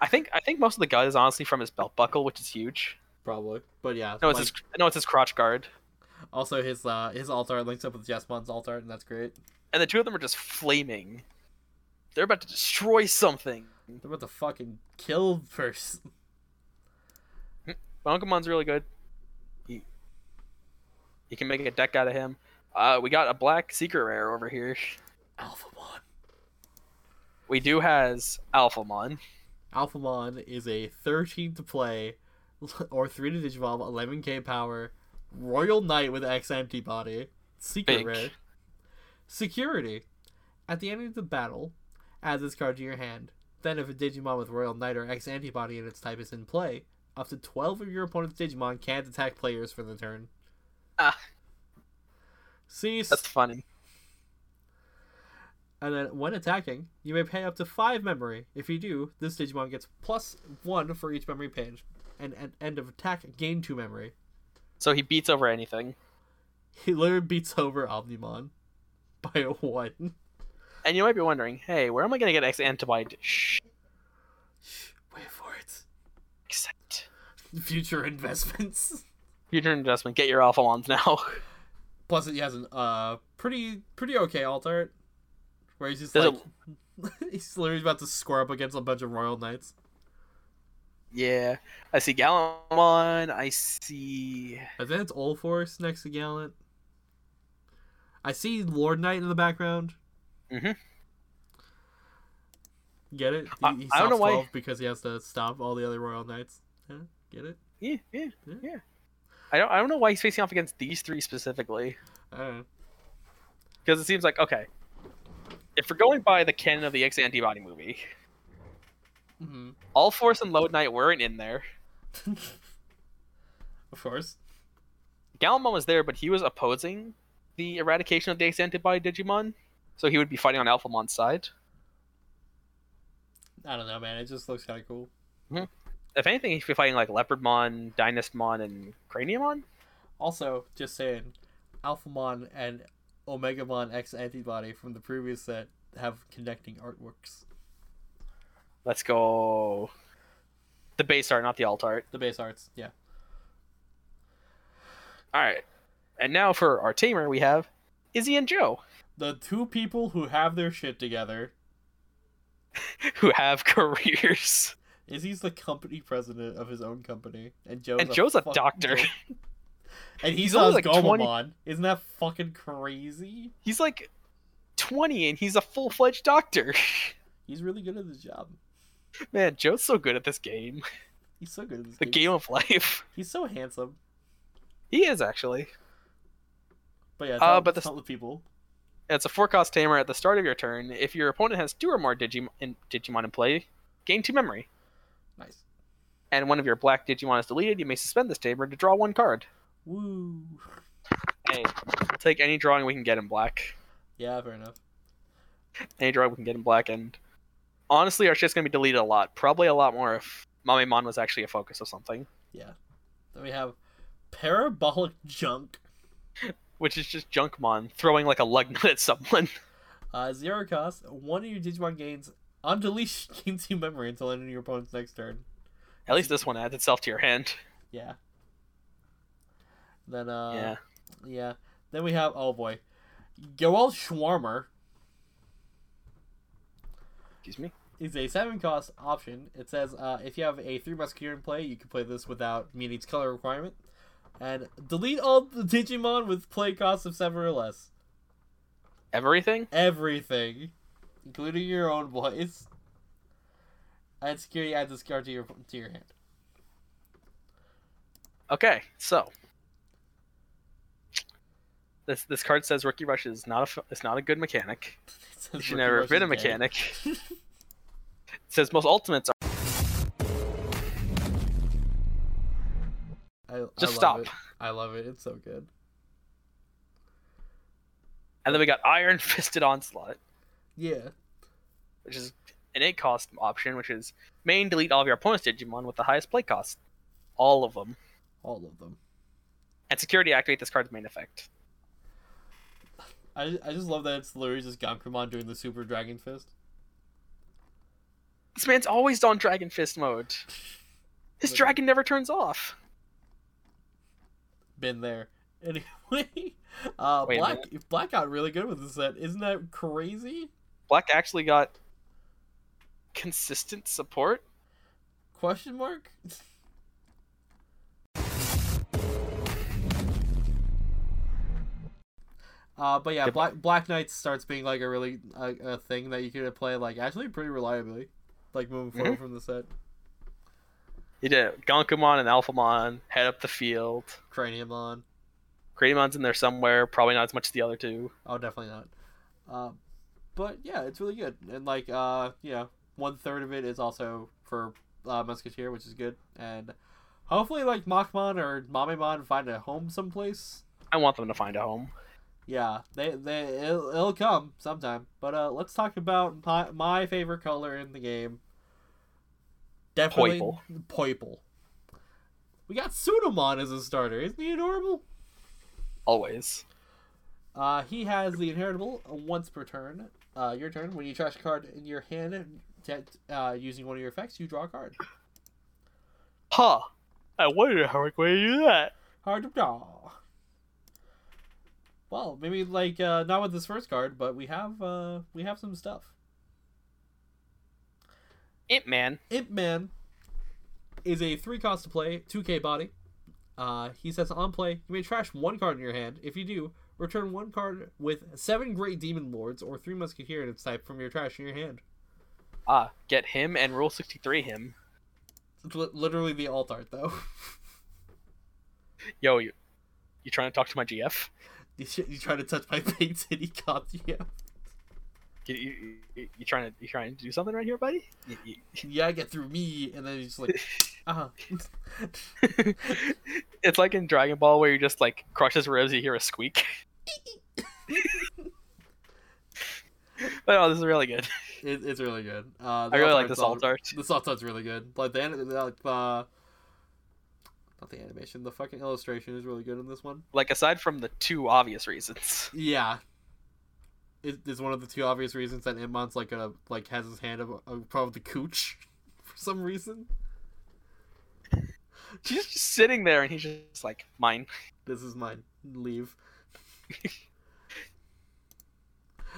I think I think most of the gut is honestly from his belt buckle, which is huge. Probably, but yeah. No, it's like- his no, it's his crotch guard, Also, his uh, his alt art links up with Jasmon's alt art, and that's great. and the two of them are just flaming. They're about to destroy something. They're about to fucking kill first. Bonkamon's really good. He, you can make a deck out of him. Uh, we got a black secret rare over here. Alphamon. We do has Alphamon. Alphamon is a 13 to play [laughs] or 3 to Digivolve, 11k power, Royal Knight with X Empty Body, Secret Big. Rare. Security. At the end of the battle, add this card to your hand. Then, if a Digimon with Royal Knight or X antibody in its type is in play, up to 12 of your opponent's Digimon can't attack players for the turn. Ah. Cease. That's funny. And then, when attacking, you may pay up to 5 memory. If you do, this Digimon gets plus 1 for each memory page. And at end of attack, gain 2 memory. So he beats over anything. He literally beats over Omnimon [laughs] by a 1. And you might be wondering, hey, where am I gonna get X antibody? Shh, Shh, [laughs] Wait for it. except Future investments. [laughs] future investment. Get your alpha ones now. [laughs] Plus, he has an uh pretty pretty okay alt art, where he's just There's a- like [laughs] he's literally about to square up against a bunch of royal knights. yeah, I see Gallimon. I see. I think it's Olforce next to Gallant. I see Lord Knight in the background. Mhm. Get it? I- He, he I don't know stops why- twelve because he has to stop all the other royal knights. Huh? Get it? Yeah, yeah, Yeah. yeah. I don't. I don't know why he's facing off against these three specifically. I don't know. because it seems like okay if we're going by the canon of the x antibody movie hmm all force and load knight weren't in there [laughs] Of course. gallimon was there but he was opposing the eradication of the x antibody digimon so he would be fighting on alphamon's side I don't know, man. It just looks kind of cool. if anything he should be fighting like leopardmon dynastmon and craniumon Also, just saying, Alphamon and Omegamon X antibody from the previous set have connecting artworks. let's go the base art not the alt art The base arts, yeah. all right and now for our tamer we have izzy and joe [laughs] The two people who have their shit together. who have [laughs] careers Izzy's the company president of his own company, and Joe's And Joe's a fucking doctor. doc- [laughs] and he He's sells only, like, 20 Gomamon. Isn't that fucking crazy? [laughs] he's like 20 and he's a full-fledged doctor [laughs] He's really good at his job. Man, Joe's so good at this game. He's so good at this The game. game of [laughs] life. He's so handsome. He is actually. But yeah, Uh, tell, but the- tell the people. It's a four cost tamer at the start of your turn. If your opponent has two or more Digimon in, Digimon in play, gain two memory. Nice. And one of your black Digimon is deleted, you may suspend this tamer to draw one card. Woo. [laughs] Hey, we'll take any drawing we can get in black. Yeah, fair enough. Any drawing we can get in black, and honestly, our shit's gonna be deleted a lot. Probably a lot more if Mamemon was actually a focus of something, Then we have parabolic junk. which is just Junkmon throwing like a lug [laughs] nut at someone. Uh, zero cost. One of your Digimon gains [laughs] unleashed gains two memory until end of your opponent's next turn. at least this one adds itself to your hand. Yeah. Then uh yeah. yeah. Then we have oh boy, Goel Schwarmer Excuse me. is a seven cost option. It says uh, if you have a three musketeer in play, you can play this without meeting its color requirement, and delete all the Digimon with play cost of seven or less. Everything? everything, including your own voice. And security adds this card to your to your hand. [laughs] Okay, so this this card says Rookie Rush is not a f- is not a good mechanic. It says It should Rookie never have Rush been a is dead. mechanic. [laughs] it says most ultimates are [laughs] I, I Just stop. love it. I love it. It's so good. and then we got Iron [laughs] Fisted Onslaught, Yeah. which is an eight cost option, which is main delete all of your opponent's Digimon with the highest play cost. All of them. All of them. And security activate this card's main effect. I, I just love that it's literally just Gankumon doing the super dragon fist. This man's always on Dragon Fist mode. His Literally. dragon never turns off. Been there. [laughs] Anyway, uh, Wait a Black Black got really good with this set. Isn't that crazy? Black actually got consistent support Question mark. [laughs] Uh, but yeah, Good- Black Black Knight starts being like a really a, a thing that you could play like actually pretty reliably, like moving Mm-hmm. forward from the set. He did. Gonkumon and Alphamon head up the field. Craniumon, Cranimon's in there somewhere, probably not as much as the other two. oh definitely not. Uh, but yeah, it's really good and like uh you know one third of it is also for uh, Musketeer, which is good. And hopefully, like Machmon or Mamemon find a home someplace. I want them to find a home. Yeah, they they it'll, it'll come sometime. But uh, let's talk about my, my favorite color in the game. Definitely Poiple. Poiple. We got Pseudomon as a starter. Isn't he adorable? Always. Uh, he has the inheritable once per turn. Uh, your turn. When you trash a card in your hand that, uh, using one of your effects, you draw a card. Huh. I wonder how we're going to do that. Hard to draw. Well, maybe like uh, not with this first card, but we have uh, we have some stuff. Ant Man. Ip Man is a three cost to play, 2k body. Uh, he says on play, you may trash one card in your hand. If you do, return one card with seven great demon lords or three musketeer in its type from your trash in your hand. Ah, get him and Rule 63 him. It's li- literally the alt art, though. [laughs] Yo, you, you trying to talk to my GF? you, sh- you try to touch my [laughs] face and he caught you. [laughs] You, you, you, you trying to you trying to do something right here, buddy? You- you- [laughs] Yeah, get through me, and then he's just like, uh it's like in Dragon Ball where you just like crush his ribs, you hear a squeak. [laughs] but oh, this is really good. it, it's really good. Uh, the I really alt like art's this all- alt art. This alt art's really good. Like the an- like uh, not the animation, the fucking illustration is really good in this one. Like aside from the two obvious reasons, [laughs] Yeah, it, it's one of the two obvious reasons that Immon's like a like has his hand ab- above the cooch [laughs] for some reason. she's just sitting there and he's just like mine. This is mine. [laughs] Leave.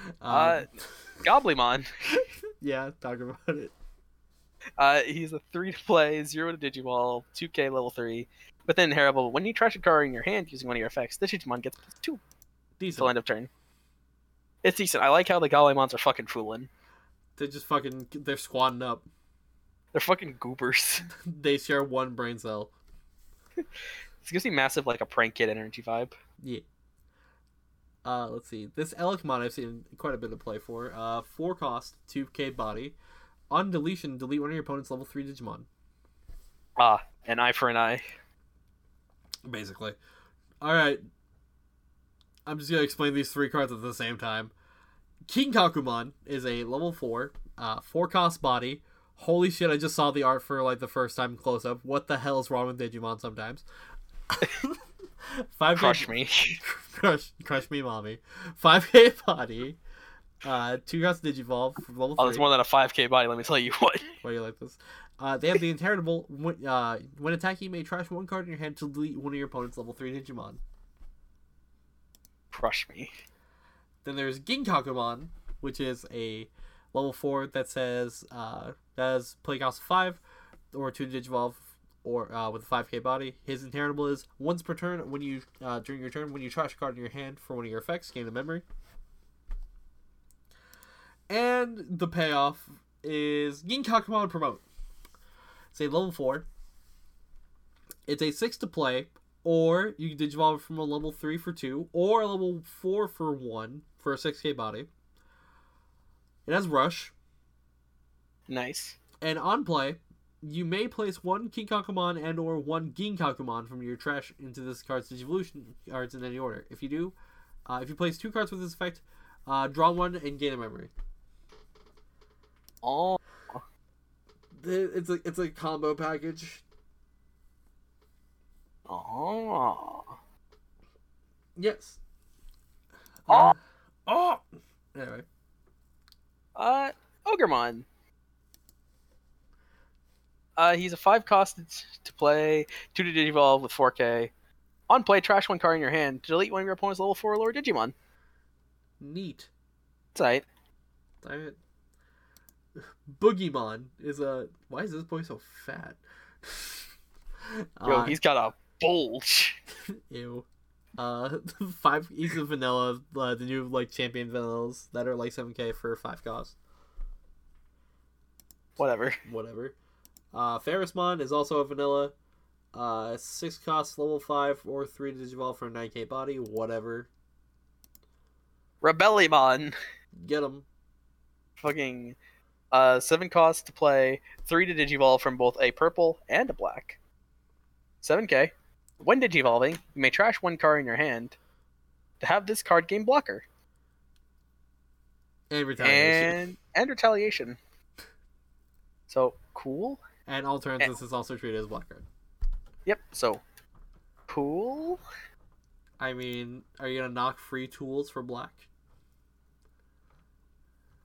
Um, Uh, Goblymon. yeah, talk about it. Uh, he's a three to play, zero to Digiball, two K level three. With an inheritable, when you trash a card in your hand using one of your effects, this Digimon gets plus two till end of turn. It's decent. I like how the Goblymons are fucking fooling. They're just fucking. They're squatting up. [laughs] They're fucking goobers. [laughs] They share one brain cell. This gives me massive like a prank kid energy vibe. Yeah. Uh, let's see. This Elikmon I've seen quite a bit of play for. Uh, four cost, two K body. On deletion, delete one of your opponent's level three Digimon. Ah, an eye for an eye. Basically. All right. I'm just gonna explain these three cards at the same time. King Kakumon is a level four, uh, four cost body. Holy shit! I just saw the art for like the first time close up. What the hell is wrong with Digimon sometimes? [laughs] Five Crush me. crush, crush me, mommy. Five K body, uh, two cost Digivolve from level Oh, three. there's more than a 5k body, let me tell you [laughs] what. Why you like this? Uh, they have the inheritable. When, uh, when attacking, you may trash one card in your hand to delete one of your opponent's level three Digimon. Crush me. Then there's Ginkakumon, which is a level four that says uh, does play cost five or two digivolve or uh, with a five K body. His inheritable is once per turn when you uh, during your turn when you trash a card in your hand for one of your effects, gain the memory. And the payoff is Ginkakumon promote. It's a level four. It's a six to play, or you can digivolve it from a level three for two, or a level four for one for a six K body. It has rush, Nice. and on play, you may place one King Kakumon and or one Gin Kakumon from your trash into this card's digivolution cards in any order. If you do, uh, if you place two cards with this effect, uh, draw one and gain a memory. Oh, It's a it's a combo package. oh. Yes. Oh. oh. Anyway. Uh, Ogremon. Uh, he's a five cost to play, two to digivolve with 4k. On play, trash one card in your hand, delete one of your opponent's level four or lower Digimon. Neat. That's right. Damn it. [laughs] Boogiemon is a. Why is this boy so fat? Yo, Uh, he's got a bulge. [laughs] ew. Uh, [laughs] five. He's a vanilla. Uh, the new like champion vanillas that are like seven k for five cost. Whatever. Whatever. Uh, Ferrismon is also a vanilla. Uh, six cost level five or three to digivolve for a nine k body. Whatever. Rebellymon. Get him. [laughs] Fucking. Uh, seven costs to play, three to digivolve from both a purple and a black. 7k. When digivolving, you may trash one card in your hand to have this card game blocker And retaliation. And, and and retaliation. So cool. all turns, this is also treated as a black card. Yep. So cool. I mean, are you gonna knock free tools for black?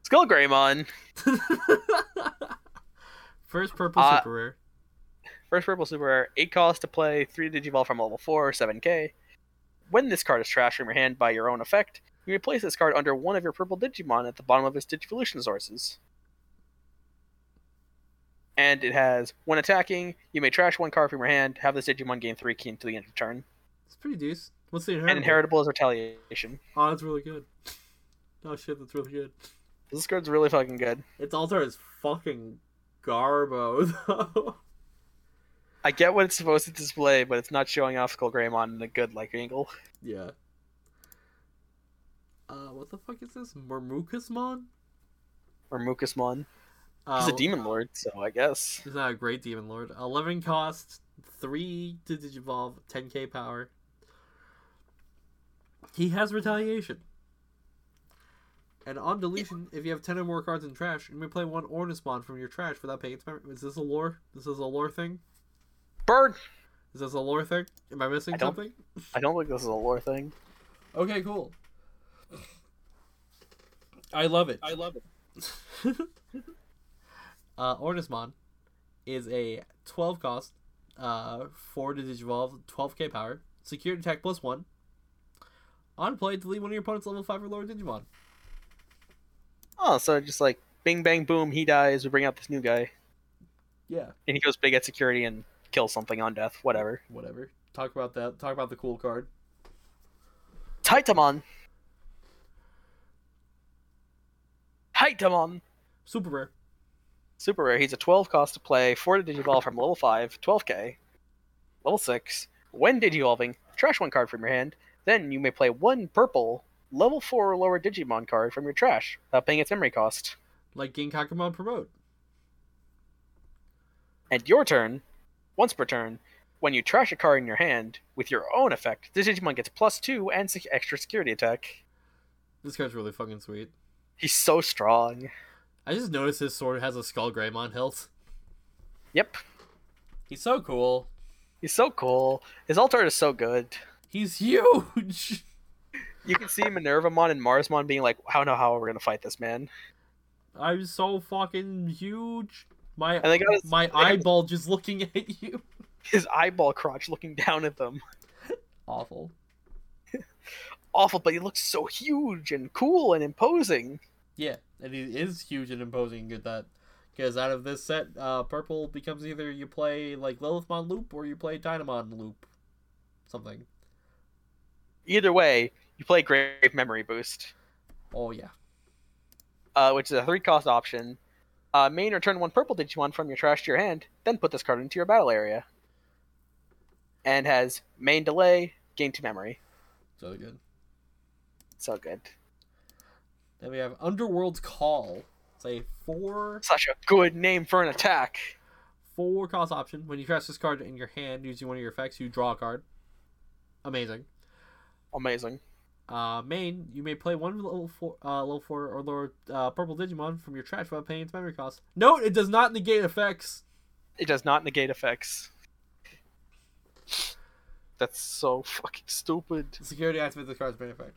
Skull Greymon. [laughs] First purple Uh, super rare. First purple super rare, eight cost to play, three to digivolve from level four, seven k. When this card is trashed from your hand by your own effect, you may place this card under one of your purple Digimon at the bottom of its Digivolution sources. And it has when attacking, you may trash one card from your hand, have this Digimon gain three key until the end of turn. It's pretty decent. What's the And inheritable? inheritable is retaliation. Oh, that's really good. Oh shit, that's really good. This card's really fucking good. Its altar is fucking garbo [laughs] though. I get what it's supposed to display, but it's not showing off Skull Greymon in a good like angle. yeah. Uh, what the fuck is this? Mormucusmon? Or Mucusmon. Uh, He's a demon lord, so I guess. He's not a great demon lord. Eleven cost, three to digivolve, ten k power. He has retaliation. And on deletion, if you have ten or more cards in trash, you may play one Ornismon from your trash without paying its memory. Is this a lore? This is a lore thing. Bird! Is this a lore thing? Am I missing I don't- something? I don't think this is a lore thing. Okay, cool. I love it. I love it. uh, Ornismon is a 12 cost, uh, 4 to digivolve, 12k power, secured attack plus 1. On play, delete one of your opponent's level 5 or lower Digimon. Oh, so just like bing bang boom, he dies. We bring out this new guy, Yeah. and he goes big at security and kills something on death. Whatever. Whatever. Talk about that. Talk about the cool card. Titamon. Titamon. Super rare. Super rare. He's a 12 cost to play, 4 to digivolve from level 5, 12k, level 6. When digivolving, trash one card from your hand. Then you may play one purple, level 4 or lower Digimon card from your trash without paying its memory cost. Like Genkakumon Promote. And your turn, once per turn, when you trash a card in your hand with your own effect, this Digimon gets plus two and sec- extra security attack. This card's really fucking sweet. He's so strong. I just noticed his sword has a Skull Greymon hilt. Yep, He's so cool. he's so cool. His altar is so good. He's huge. You can see Minervamon and Marsmon being like, "I don't know how we're gonna fight this man." [laughs] I'm so fucking huge. My And they got his, my got his- eyeball just looking at you. his eyeball crotch looking down at them. Awful. Awful, but he looks so huge and cool and imposing. Yeah, and he is huge and imposing. Good that. Because out of this set, uh, purple becomes either you play like Lilithmon loop or you play Dynamon loop, something. Either way, you play Grave Memory Boost. Oh yeah, uh, which is a three cost option. Uh, main return one purple Digimon from your trash to your hand, then put this card into your battle area. And has main delay, gain two memory. so good. So good. Then we have Underworld's Call. It's a four Such a good name for an attack. four cost option. When you trash this card in your hand using one of your effects, you draw a card. Amazing. Amazing. Uh, main, you may play one level four, uh, level four or lower uh, purple Digimon from your trash without paying its memory cost. Note, it does not negate effects. It does not negate effects. That's so fucking stupid. Security activates this card's main effect.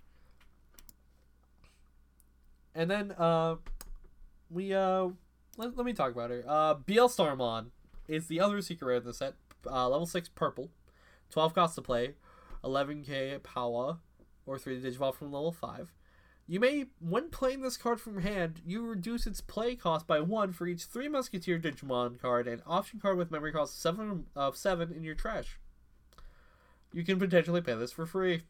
And then, uh, we, uh, let, let me talk about her. Uh, Beelstarmon is the other secret rare in the set. Uh, level 6 purple. 12 cost to play. 11k power. Or 3 to Digivolve from level 5. You may, when playing this card from your hand, you reduce its play cost by 1 for each 3 Musketeer Digimon card and option card with memory cost 7 of 7 in your trash. You can potentially pay this for free.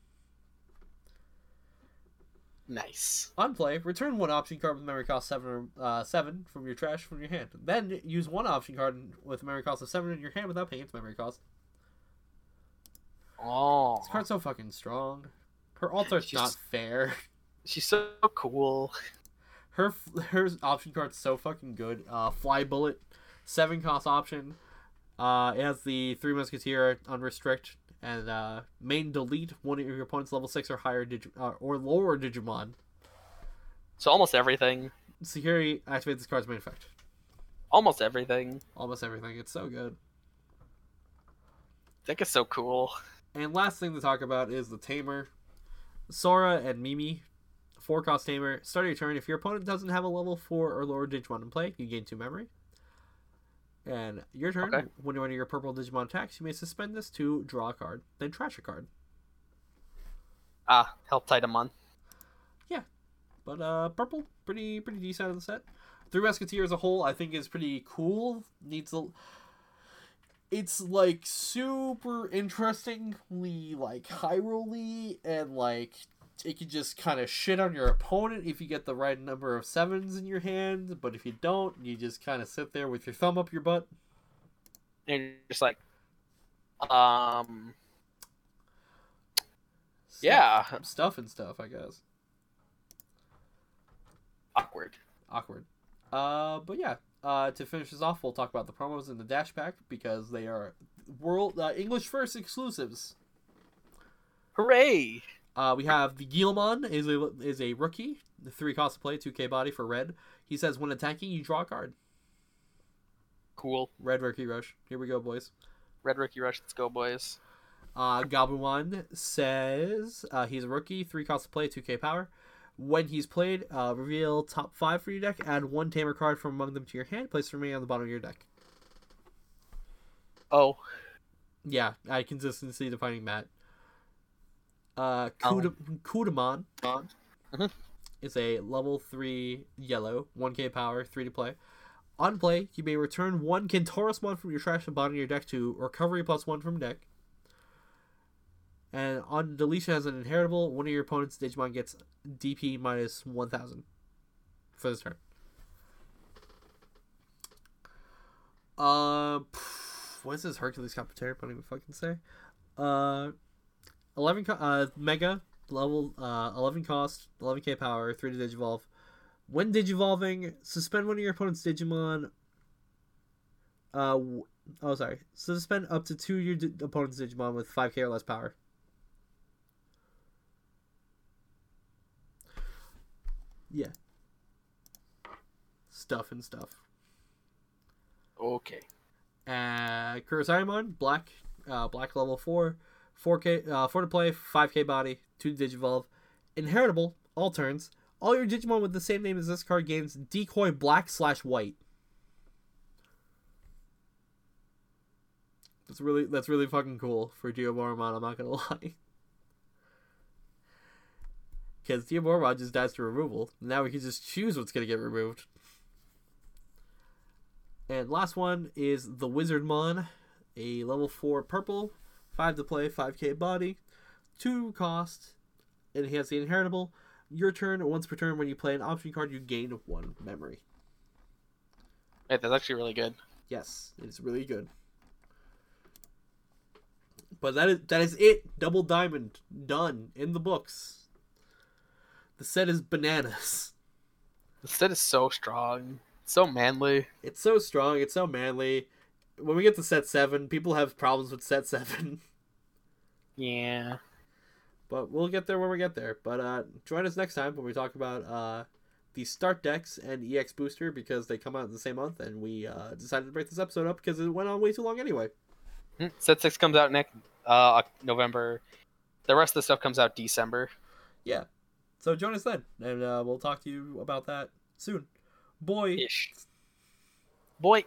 Nice. On play, return one option card with memory cost seven or uh, seven from your trash from your hand. Then use one option card with memory cost of seven in your hand without paying its memory cost. Oh, This card's so fucking strong. Her altar's She's- not fair. she's so cool. [laughs] Her f- her option card's so fucking good. Uh, Fly Bullet, seven cost option. Uh, it has the Three Musketeer unrestrict and uh, main delete one of your opponent's level six or higher Digi- uh, or lower Digimon. So almost everything, Security activates this card's main effect. almost everything. Almost everything. It's so good. That is so cool. And last thing to talk about is the Tamer. Sora and Mimi, 4 cost Tamer. Start your turn. If your opponent doesn't have a level 4 or lower Digimon in play, you gain 2 memory. And your turn, Okay. when one of your purple Digimon attacks, you may suspend this to draw a card, then trash a card. Ah, help Titamon. But uh, purple, pretty pretty decent out of the set. Three Musketeer as a whole, I think, is pretty cool. Needs a, it's like super interestingly like Hyrule and like it can just kind of shit on your opponent if you get the right number of sevens in your hand. But if you don't, you just kind of sit there with your thumb up your butt. And you're just like, um, Stuff- yeah, stuff and stuff. I guess awkward. awkward. Uh, but yeah. Uh, to finish this off, we'll talk about the promos in the dash pack because they are world uh, English first exclusives. Hooray! Uh, we have the Gilmon is a is a rookie, the three cost to play, two K body for red. He says when attacking, you draw a card. Cool. Red rookie rush. Here we go, boys. Red Rookie Rush, let's go, boys. Uh, Gabuan says uh, he's a rookie, three cost to play, two K power. When he's played, uh, reveal top five for your deck. Add one tamer card from among them to your hand. Place the remaining on the bottom of your deck. Oh, Yeah, I consistency defining Matt. Uh, Kudam- Kudamon Mhm. is a level three yellow, one K power, three to play. On play, you may return one Kentorosmon from your trash and bottom of your deck to recovery plus one from deck. And on deletion as an inheritable, one of your opponent's Digimon gets DP minus one thousand for this turn. Uh, pff, what is this Hercules Competitor? I don't even fucking say. Uh, eleven. Co- uh, Mega level. Uh, eleven cost, eleven K power, three to Digivolve. When Digivolving, suspend one of your opponent's Digimon. Uh, w- oh sorry, suspend up to two of your di- opponent's Digimon with five K or less power. Yeah. Stuff and stuff. okay. Uh, Kurosaimon, black, uh, black level four, four K, uh, four to play, five K body, two to digivolve, inheritable, all turns. All your Digimon with the same name as this card gains decoy black slash white. That's really that's really fucking cool for Diaboromon. I'm not gonna [laughs] lie. Because Diaboromon just dies to removal. Now we can just choose what's gonna get removed. And last one is the Wizardmon, a level 4 purple, 5 to play, 5k body, 2 cost, and he has the inheritable. Your turn, once per turn, when you play an option card, you gain 1 memory. Hey, that's actually really good. Yes, it's really good. But that is that is it. Double diamond done in the books. The set is bananas. The set is so strong, so manly. It's so strong. It's so manly. When we get to set seven, people have problems with set seven. [laughs] Yeah. But we'll get there when we get there. But uh, join us next time when we talk about uh, the start decks and EX booster because they come out in the same month, and we uh, decided to break this episode up because it went on way too long anyway. Hmm, Set six comes out next uh Oc- November. The rest of the stuff comes out December. So join us then, and uh, we'll talk to you about that soon. Boy. Ish. Boy.